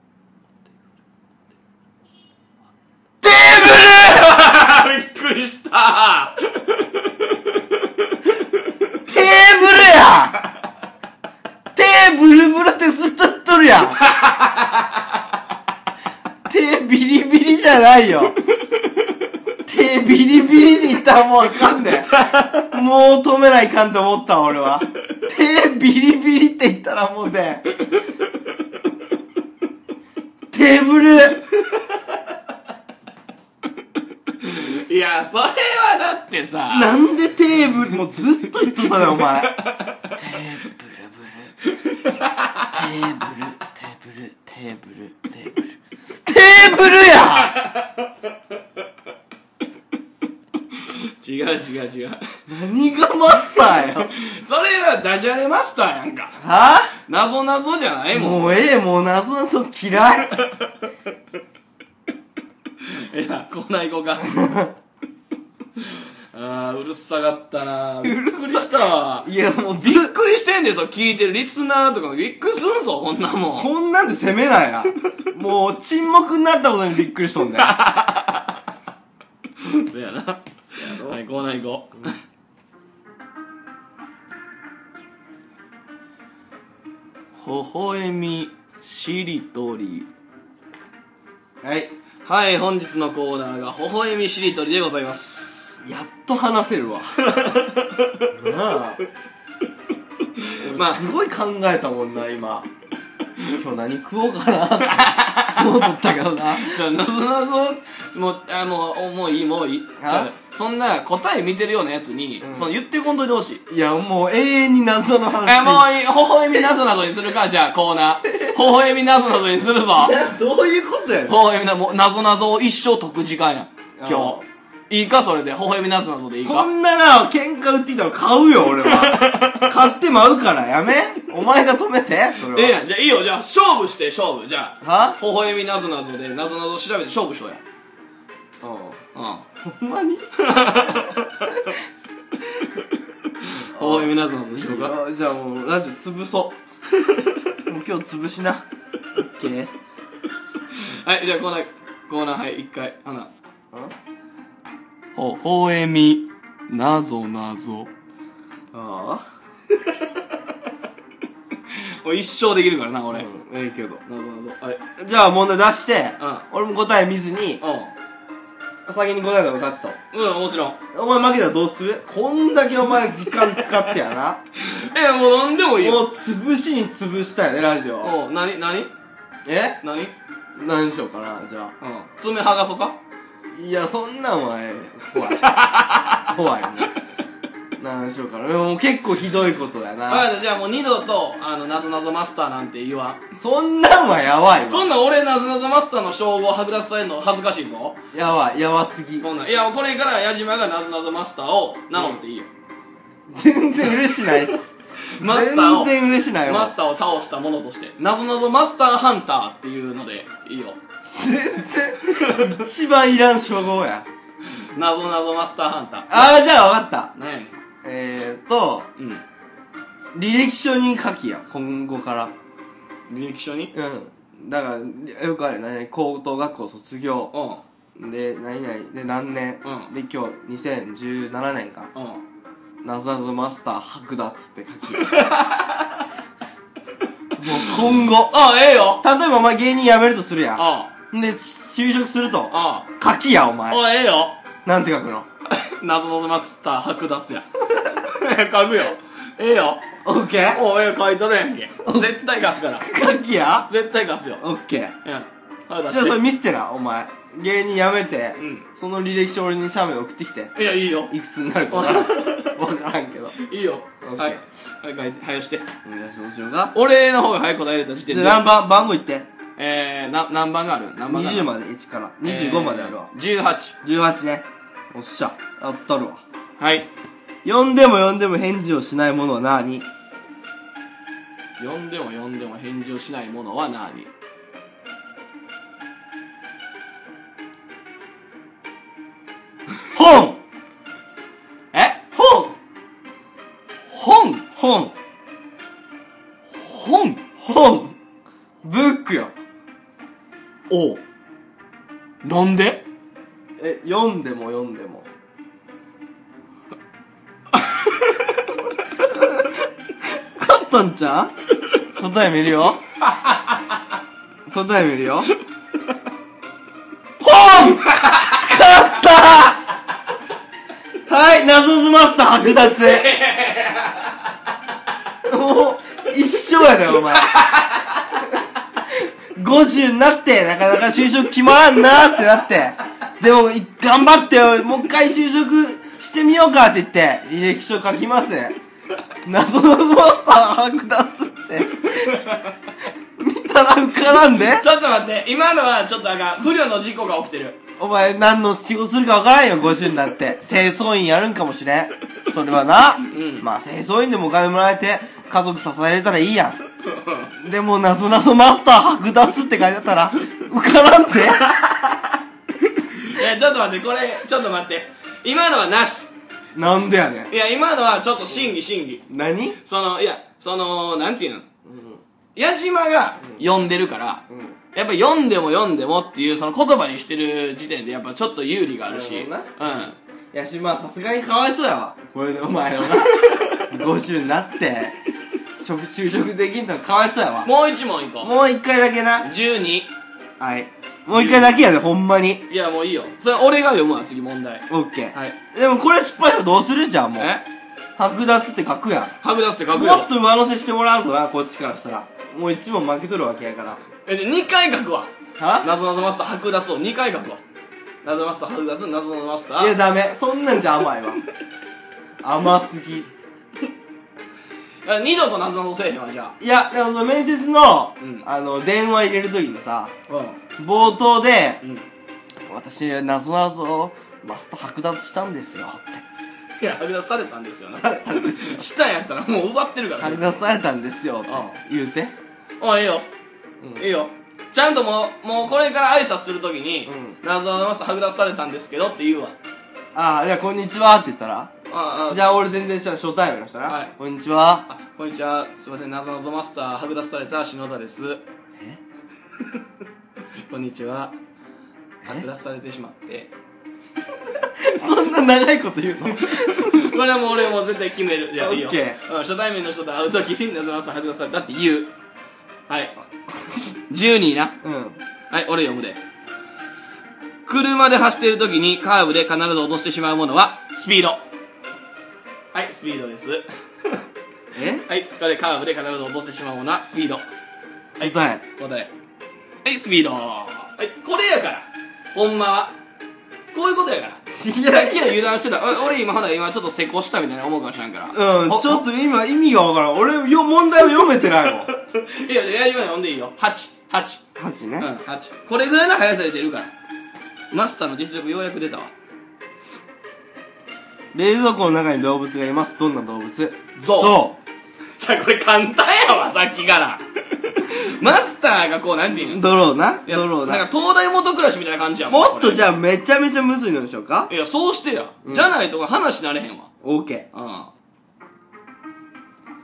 やん手ビリビリじゃないよ手ビリビリにいったらもうあかんねんもう止めないかんと思った俺は手ビリビリって言ったらもうねテーブルいや、それはだってさ、なんでテーブルもうずっと言っとったよお前テーブルブルテーブルテーブルテーブルテーブルテーブルや違う違う違う。何がマスターよそれはダジャレマスターやんか。はなぞなぞじゃないもん。もうええもう謎々嫌いいや、コーナー行こうか。 あー、うるさかったなびっくりしたわ。いやもうずびっくりしてんで、そう聞いてるリスナーとかもびっくりするぞ、こんなもん。そんなんで攻めないなもう沈黙になったことにびっくりしとんねそうやな。はい、コーナー行こう。ほほえみしりとり。はいはい、本日のコーナーが、ほほえみしりとりでございます。やっと話せ るわなあまあすごい考えたもんな今今日何食おうかなって思っとったけどなじゃあ、なぞなぞ、もう、あ、もう、おもういい、もういい。じゃああそんな答え見てるようなやつに、んその言ってこんといてほしい。いやもう永遠に謎の話え、もういい、ほほえみなぞなぞにするか、じゃあ、コーナー。ほほえみなぞなぞにする ぞ。などういうことやねんほほえみな、もう、なぞなぞを一生解く時間やん。今日。いいか、それで。ほほえみなぞなぞでいいそか。んなな喧嘩売ってきたら買うよ俺は買ってまうからやめお前が止めてそええれはやん。じゃあ、いいよ。じゃあ、勝負して、勝負。じゃあ、はほほえみなぞなぞで、なぞなぞ調べて勝負しようや。ううん。んほんまにほほえみなぞなぞにしようか。あじゃあもうラジオ潰 そう。もう今日潰しな。オッケー。んはい、じゃあコーナー、コーナー、はい、一回、あな。ほほえみ、なぞなぞ。あもう一生できるからな、あ。俺。うん、ええけど。なぞなぞ。はい。じゃあ問題出して、うん俺も答え見ずに、先に答えた方が勝ちうん。うん、もちろん。と。お前負けたらどうするこんだけお前時間使ってやな。え、もうなんでも いいよ。もう潰しに潰したよね、ラジオ。おう、なに、なにえなに何にしようかな、じゃうん。爪剥がそうかあ。いや、そんなんはええ。 怖い。怖いもう。何しようかな。もう結構ひどいことやわかな。った、じゃあもう二度と、あの、なぞなぞマスターなんて言わん。そんなんはやばいわ。そんなん俺なぞなぞマスターの称号を剥奪されるの恥ずかしいぞ。やばい、やばすぎ。そんなん。いや、もうこれから矢島がなぞなぞマスターを名乗っていいよ。全然嬉しないし。 マスターを全然嬉しないわ。マスターを倒した者として、なぞなぞマスターハンターっていうので、いいよ。全然、一番いらん称号や。なぞなぞマスターハンター。あー、じゃあ分かった。なんやねん。えーと、う履歴書に書きや、今後から。ん。履歴書にうん。だから、よくある、何々、高等学校卒業。うん。で、何々、で、何年。うんで、今日、2017年か。うん。謎ぞマスター剥奪って書 きや。もう今後。あ、ええよ。例えばお前芸人辞めるとするやん。あ、で、し就職すると、あ、書きや、おあ、前。あ、ええよ。なんて書くのなぞなぞマスター剥奪や。 書くよ。ええよ。オッケーおええ書いとるやんけ。絶対勝つから。書きや絶対勝つよ。オッケー。うん。はい、出じゃあそれして。見せてな、お前。芸人辞めて、うんその履歴書俺に写メ送ってきて。いや、いいよ。いくつになるかわ からん。わからんけど。いいよオッ。ケーはい。はい、書いて、はい、して。お願いしますようか。俺の方が早く答えれた時で、点で。何番、番号言って。えー、な、何番がある何番がある20まで、1から。25まであるわ。えー18。 18ね。おっしゃ。あったるわ。はい。呼んでも呼んでも返事をしないものは何呼んでも呼んでも返事をしないものは何本え本本本本本ブックよ。おうなんでえ、読んでも読んでも。 勝ったんちゃう答え見るよ。答え見るよ。本勝ったはい、謎ズマスター剥奪。もう、一緒やだよ、お前。50になって、なかなか就職決まらんなーってなって。でも、い頑張ってよ、もう一回就職してみようかって言って、履歴書書きます。謎のマスター剥奪って。見たら浮からんでちょっと待って、今のはちょっとあかん。不慮の事故が起きて る。お前何の仕事するか分からんよ、50になって。清掃員やるんかもしれん。それはな。んまあ清掃員でもお金もらえて、家族支えれたらいいやん。でも、なぞなぞマスター剥奪って書いてあったら、受からんてえ、ちょっと待って、これ、ちょっと待って。今のはなし。なんでやねん。いや、今のはちょっと審議審議。何その、いや、その、なんていうの矢島が読んでるから、んやっぱ読んでも読んでもっていうその言葉にしてる時点でやっぱちょっと有利があるし。なるほうん。やし、まあさすがにかわいそうやわ。これでお前のな、50になって、職就職できんのかわいそうやわ。もう一問いこもう一回だけなう。。12。はい。もう一回だけやで、ほんまに。いや、もういいよ。それ俺が読むわ、次問題。オッケー。はい。でもこれ失敗はどうするじゃんもうえ剥奪って書くやんはみ出すって書くもよっ。と上乗せしてもらうとなこっちからしたらもう一問負けとるわけやからえ、じゃあ2回書くわ。は謎謎マスター剥奪を2回書くわ。謎マスター剥奪、謎謎マスタいやー。ダメそんなんじゃ甘いわ甘すぎあ二度と謎謎せえへんわ、じゃいやでもその面接の、うんあの電話入れる時のさあ。うん。冒頭でうん。 「私なぞなぞマスター剥奪したんですよ」っいや、はみ出されたんですよな。てたんですよ したんやったらもう奪ってるから。剥奪されたんですよってああ言うておいいいよ、うんいいよちゃんともうもうこれから挨拶するときにうん「謎のマスター剥奪されたんですけど」って言うわああじゃあこんにちはって言ったらああじゃあ俺全然初初対面の人な、はいこんにちはあこんにちはすいません謎のマスター剥奪された篠田ですえ こんにちは剥奪されてしまって そんな長いこと言うのこれはもう俺もう絶対決めるじゃあいいよ、オッケうん初対面の人と会うときに謎のマスター剥奪されたって言う はい12なうん。はい、俺読むで。車で走っている時にカーブで必ず落としてしまうものは、スピード。はい、スピードです。え はい、これカーブで必ず落としてしまうものは、スピード。はい答え。答え。はい、スピード。はい、これやから。ほんまは。こういうことやから。いさっきは油断してた。お俺今ほら今ちょっと成功したみたいな思うかもしれんから。うん、ほちょっと今意味がわからん。俺、よ、問題を読めてないもん。ほいや、やりま読んでいいよ。8、8。 8うね。ん、8。これぐらいの速さで出るから。マスターの実力ようやく出たわ。冷蔵庫の中に動物がいます。どんな動物ゾウ。ゾウ じゃあこれ簡単やわ、さっきから。 マスターがこう、なんていうのドローな。いやドローなんな。か東大元暮らしみたいな感じやもっとじゃゃあめちゃめちゃむずいのでしょうかいや、そうしてや。じゃないと話なれへんわ。オーケうん。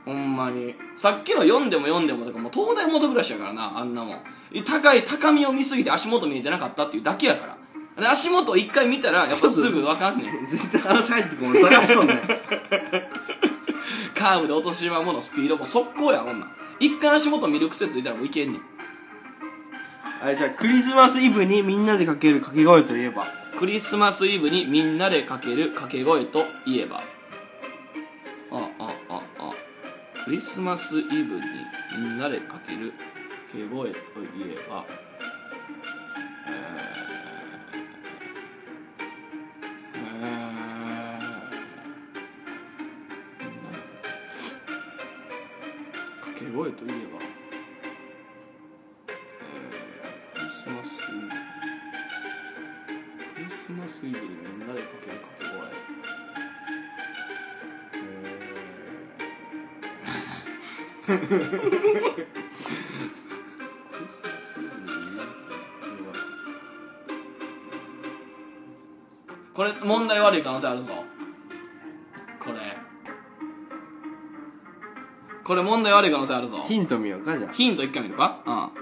ほんまに。さっきの読んでも読んでもとか、もう東大元暮らしやからな、あんなもん。高い、高みを見すぎて足元見えてなかったっていうだけやから。で足元一回見たら、やっぱすぐわかんねん。ー。絶対話入ってこない。探しとんねん。 カーブで落としまうもの、スピードも速攻や、ほんなん。一回足元見る癖ついたらもういけんねん。はい、じゃあクリスマスイブにみんなでかける掛け声といえば。クリスマスイブにみんなでかける掛け声といえばああああクリスマスイブにみんなでかける掛け声といえばえーえーみんなで掛け声といえば、えークリスマスイブクリスマスイブにみんなでかける掛け声クリスマスイブにみんなでかける掛け声これ問題悪い可能性あるぞこれこれ問題悪い可能性あるぞヒント見ようか、じゃあ。ヒント一回見るか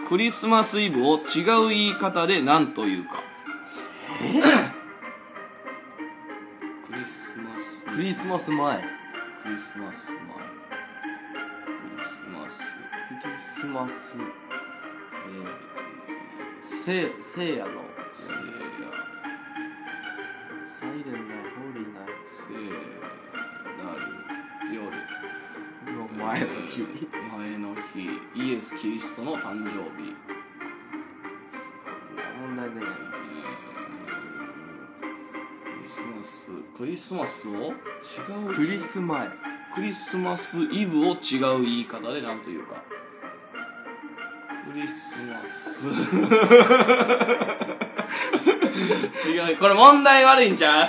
うん。クリスマスイブを違う言い方で何というか。クリスマス、クリスマス前。クリスマス前。クリスマスマスせいせいやのせいやサイレンないホーリーないせいなる 夜前の日前の日イエス・キリストの誕生日問題ねクリスマスクリスマスを違うクリスマイクリスマスイブを違う言い方でなんというかクリスマス 違うこれ問題悪いんちゃう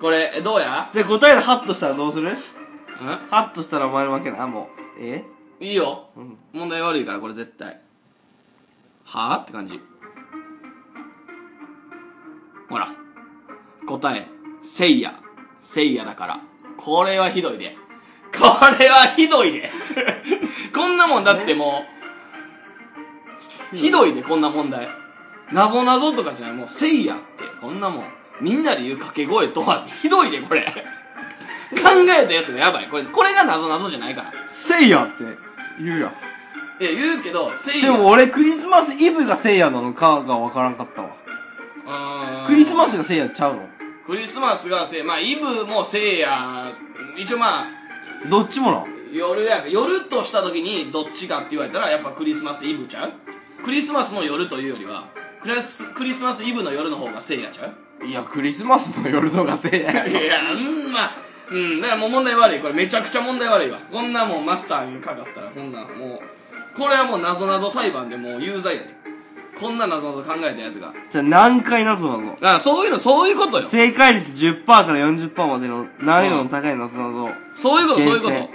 これえどうやじゃあ答えでハッとしたらどうするんハッとしたらお前の負けなあもうえいいようん問題悪いからこれ絶対はあって感じほら答えせいやせいやだからこれはひどいでこれはひどいで こんなもんだってもうひどいでこんな問題なぞなぞとかじゃないもうせいやってこんなもんみんなで言う掛け声とはひどいでこ れ考えたやつがやばいこれこれがなぞなぞじゃないからせいやって言うやんいや、言うけど、せいや。でも、俺クリスマスイブがせいやなのかがわからんかったわクリスマススがせいやちゃうのクリスマスがせい、まあ、イブもせいや、一応まあ、どっちもな夜や、夜とした時にどっちかって言われたら、やっぱクリスマスイブちゃうクリスマスの夜というよりは、クリスクリスマスイブの夜の方がせいやちゃういやクリスマスの夜のがせい やいや、うん、まあ、うん、だからもう問題悪い。これめちゃくちゃ問題悪いわ。こんなもんマスターにかかったら、こんなんもう、これはもう謎ぞ裁判でもう有罪やで。こんな謎ぞ考えたやつが。じゃあ何回謎なのだからそういうの、そういうことよ。正解率10%から40%までの難易度の高い謎謎そういうこと、そういうこと厳。う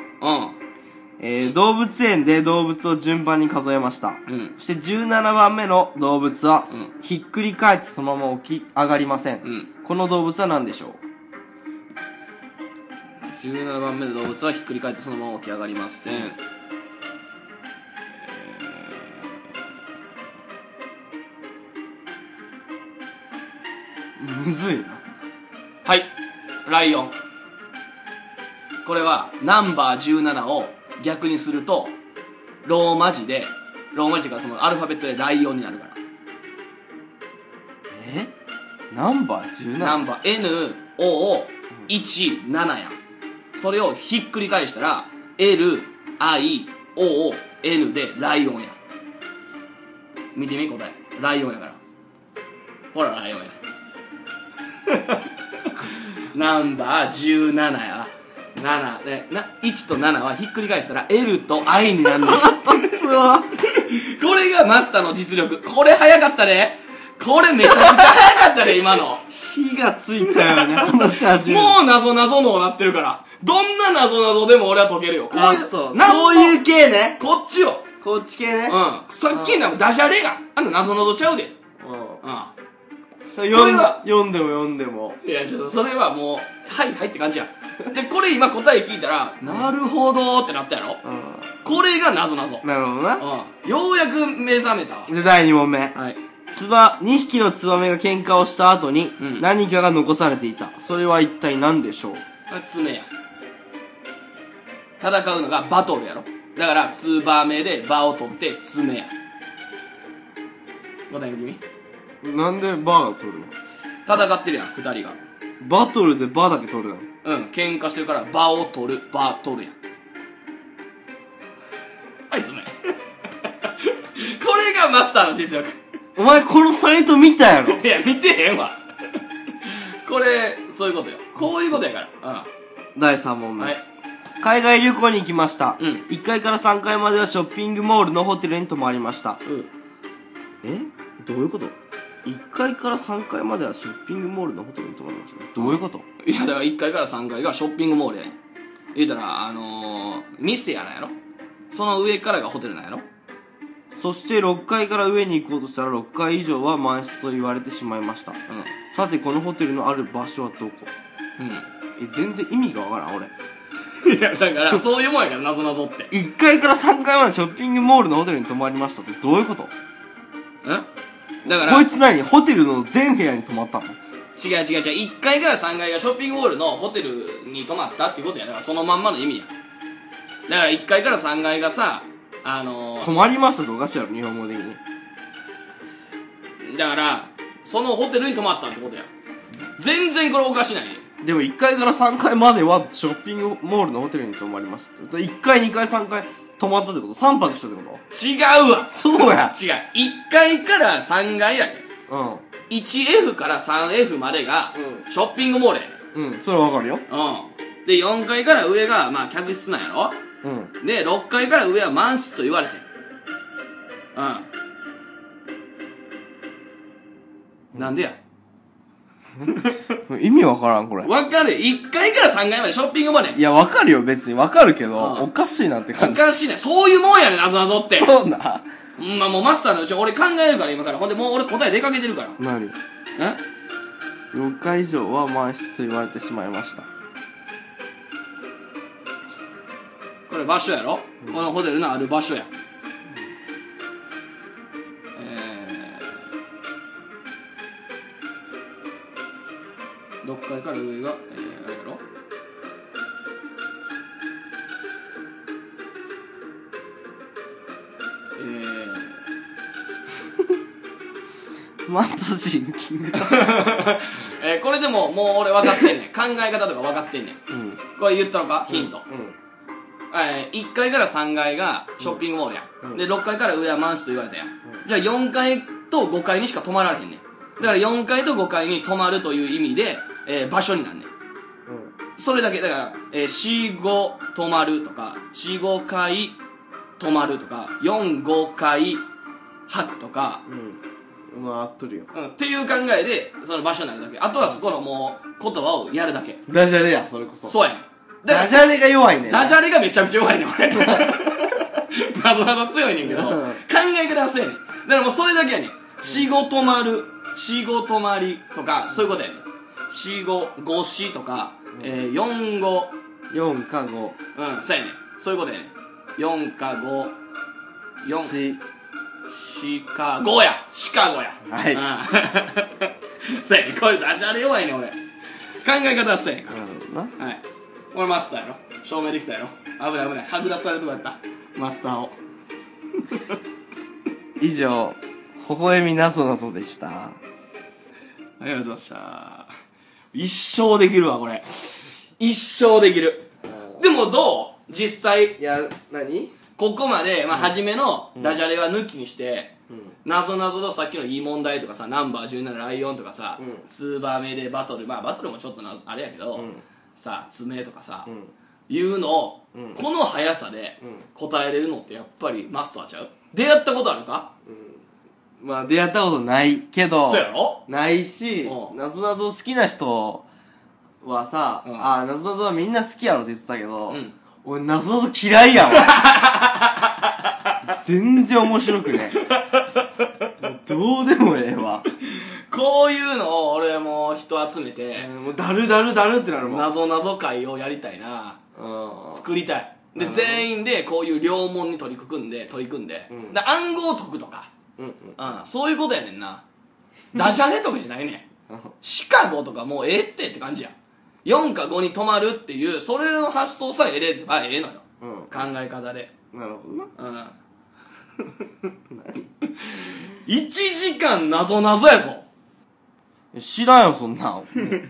えー、動物園で動物を順番に数えました。ん。うん。そして17番目の動物は、うひっくり返ってそのまま起き上がりません。うん。この動物は何でしょ 17番目の動物はひっくり返ってそのまま起き上がりません。えうむずいな。ーはい。ライオン。これは、ナンバー17を逆にすると、ローマ字で、ローマ字がそのアルファベットでライオンになるから。えナンバー 17? ナンバー N、O を1、7やん。それをひっくり返したら、L、I、O、N でライオンや。見てみ答え。ライオンやから。ほら、ライオンや。ナンバー17や。7でな1と7はひっくり返したら L と I になるのこれがマスターの実力これ早かったねこれめちゃくちゃ早かったね今の火がついた よね、話し始める。もう謎謎のなってるから。どんな謎謎でも俺は解けるよ。こうあいう、そう。なんこういう系ね。こっちよ。こっち系うねん。。さっきのダジャレが。あんな謎謎ちゃうで。う。うんこれは読んでも読んでも。ん。いや、ちょっとそれはもう、はいはいって感じや。で、これ今答え聞いたら、なるほどーってなったやろ。うこれが謎謎。ん。なるほどな。うん。ようやく目覚めたわ。で、第2問目。はい。ツバ、2匹のツバメが喧嘩をした後に、うん何かが残されていた。それは一体何でしょうこれ爪や。戦うのがバトルやろ。だから、ツバメで場を取って爪や。答えの君なんでバーが取るの戦ってるやん二人がバトルでバーだけ取るのうん喧嘩してるから場を取る場取るやんはいつめ これがマスターの実力お前このサイト見たやろいや見てへんわこれそういうことよこういうことやから第3問うん目、はい海外旅行に行きました。うん1階から3階まではショッピングモールのホテルに泊まりました。うんえどういうこと ?1 階から3階まではショッピングモールのホテルに泊まりました。どういうこといやだから1階から3階がショッピングモールやねん言うたらあのー、店やなんやろその上からがホテルなんやろそして6階から上に行こうとしたら6階以上は満室と言われてしまいました。うさてこのホテルのある場所はどこんえ全然意味がわからん俺うんいやだから そういうもんやからなぞなぞって1階から3階までショッピングモールのホテルに泊まりましたってどういうことこうんだからいつ何ホテルの全部屋に泊まったの違う違う違う1階から3階がショッピングモールのホテルに泊まったっていうことやだからそのまんまの意味やだから1階から3階がさあの止まりましたっておかしいやろ、日本語的に。だからそのホテルに泊まったってことや全然これおかしないでも1階から3階まではショッピングモールのホテルに泊まりましたって。1階、2階、3階泊まったってこと ?3 泊したってこ違うわとそうや。違う1階から3階やねうん。 1F から 3F までがうショッピングモールやねうん、それはわかるうよ。んで4階から上がまあ客室なんやろうん。で6階から上は満室と言われてんうんなんでや意味わからん、これ。わかる1階から3階までショッピングモールやねいや、わかるよ、別に。わかるけど、うんおかしいなってお感じ。かしいねそういうもんやねなぞなぞってそうな。うんまあもうマスターのうち俺考えるから今からほんでもう俺答え出かけてるから何ん ?4 回以上は満室と言われてしまいました。これ場所やろ、このホテルのある場所や、えー、6階から上が、えー、あれやろえーマントシンキング。えーこれでももう俺分かってんねん考え方とか分かってんねんうん。これ言ったのかヒント、うえー、1階から3階がショッピングモールや、うんうんで6階から上はマンスと言われたやん、じゃあ4階と5階にしか泊まられへんねんだから4階と5階に泊まるという意味で、えー場所になんねんん。うん。それだけだから、えー、45泊まるとか45回泊まるとか45回泊とか、うん。まあ、合っとるよ。うん、っていう考えでその場所になるだけあとはそこのもう言葉をやるだけダジャレや、それこそ。そうやねんだからダジャレが弱いね。ダジャレがめちゃめちゃ弱いねん、 俺。なぞなぞ強いねんけど、うん考え方はそうやねん。だからもうそれだけやねん。仕事まる、仕事まりとか、そういうことやねん。四五、五四とか、えー、四五、 4か5。うん、そうやねん。そういうことやねん。四か五、四、 4。シカゴやシカゴやはいうん。 そうやねん、これダジャレ弱いねん、俺。考え方はそうやねん。なるほどな。はい。俺マスターやろ。証明できたやろ。危ない危ない。剥奪されるとこやった。マスターを。以上、微笑みなぞなぞでした。ありがとうございました。一生できるわ、これ。一生できる。でもどう実際、いや、何ここまで、まあ、初めのダジャレは抜きにして、うん。なぞなぞとさっきのいい問題とかさ、ナンバー17ライオンとかさ、うんスーパーメでバトル、まあバトルもちょっとなあれやけど、んさ、爪とかさ、んいうのを、うんこの速さでうん答えれるのってやっぱりマスターちゃう出会ったことあるかまあ、出会ったことないけど、そうやろないしう、んなぞなぞ好きな人はさ、うんあー、なぞなぞはみんな好きやろって言ってたけど、うん俺、なぞなぞ嫌 いやわ。全然面白くね。もうどうでもええわ。こういうのを俺も人集めて、もう、だるだるだるってなるもん。なぞなぞ会をやりたいなうん作りたいでなるほど全員でこういう両門に取り組んで取り組んで,、うんで暗号を解くとか、うんうん。うん、そういうことやねんなダジャレとかじゃないねんシカゴとかもうええってって感じや4か5に止まるっていうそれの発想さえ得ればええのようん。考え方でなるほどうな。ん1時間なぞなぞやぞ知らんよ、そんなん。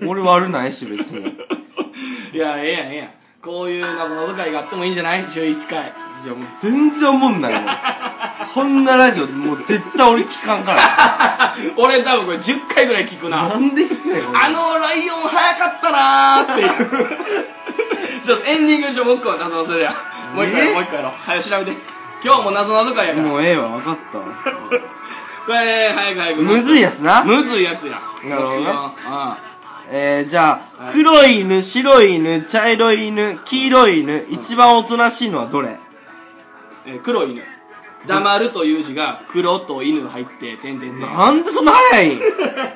俺悪ないし、別に。 いいやええやんええやんこういうなぞなぞ会があってもいいんじゃない週1回 や、もう全然思んないもん。こんなラジオ、もう絶対俺聞かんから。俺多分これ10回ぐらい聞くななんで聞くねん、あのライオン早かったなーっていう ちょっとエンディング中もう一個なぞなぞするやんもう一個やろえもう一個やろ早く調べて今日もなぞなぞ会やからもうええわ、分かったわ。これ早く早くむずいやつな。むずいやつやなるほどねあえー、じゃあ、はい黒い犬、白い犬、茶色い犬、黄色い犬、一番おとなしいのはどれえー黒い犬黙るという字が黒と犬入っててんてんてんなんでそんな早いん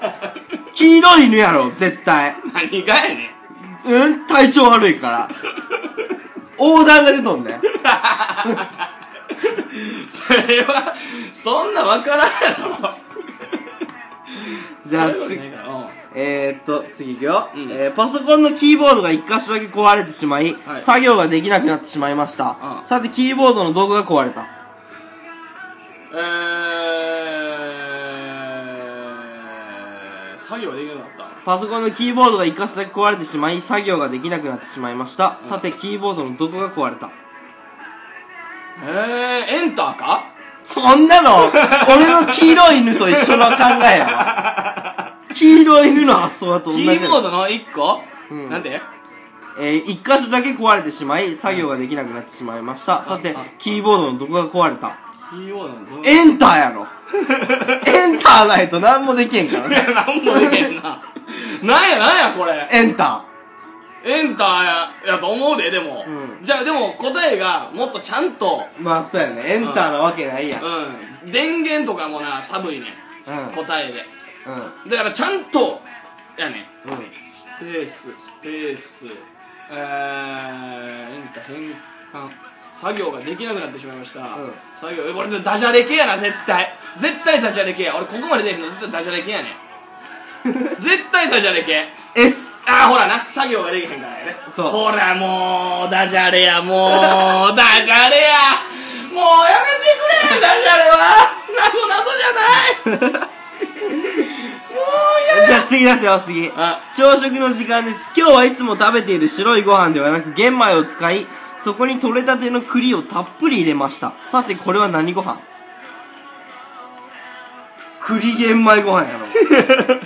黄色い犬やろ、絶対。何がやねん うん、体調悪いから。横断が出とんねん。それはそんなわからんやろじゃあそれ次は。ねえー、っと、次いくよ、うんえーパソコンのキーボードが一箇所だけ壊れてしまい、はい作業ができなくなってしまいました。うんさて、キーボードの道具が壊れた。えー、作業できなかったパソコンのキーボードが一箇所だけ壊れてしまい作業ができなくなってしまいました、さてキーボードのどこが壊れたえー、エンターかそんな の俺の黄色い犬と一緒の考えやわ黄色い犬の発想だとキ同じだよーボードの1個、うんなんでえー、一箇所だけ壊れてしまい作業ができなくなってしまいました、さてああキーボードのどこが壊れたキーボードのどのエンターやろエンターないと何もできへんからね なんもできへんな。なんやなんやこれ。エンタエンターややと思うで、でも。うじゃあでも答えがもっとちゃんと、ーまあそうやねエンターなわけないやんうん、電源とかもな、寒いね、うんん。答えで。うんだからちゃんと、やねん。うスペース、スペース、えー、エンター変換。作業ができなくなってしまいました。ん作業、えこれダジャレ系やな、絶対。絶対ダジャレ系や。俺ここまで出へんの絶対ダジャレ系やねん。 絶対ダジャレ系。ん S ああほらな作業ができへんからやねそうほらもうダジャレやもうダジャレやもうやめてくれダジャレは謎謎じゃないもうやじゃあ次出すよ次あ朝食の時間です今日はいつも食べている白いご飯ではなく玄米を使いそこに取れたての栗をたっぷり入れましたさてこれは何ご飯栗玄米ご飯やろ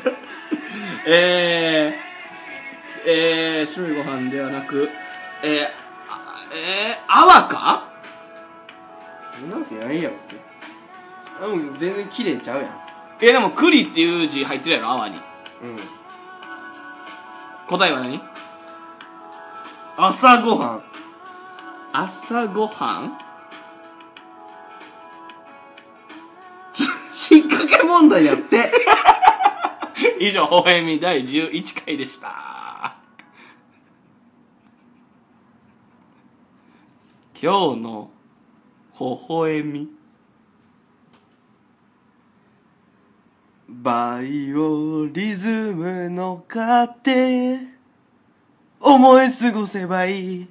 えー、えー、白いご飯ではなくえー、あえー、泡かそんなわけないやろってあもう全然綺麗ちゃうやんえでも栗っていう字入ってるやろ泡にうん答えは何朝ごはん朝ごはん引っ掛け問題やって 以上、ほえみ第11回でした。今日の、ほほえみ。バイオリズムの糧思い過ごせばいい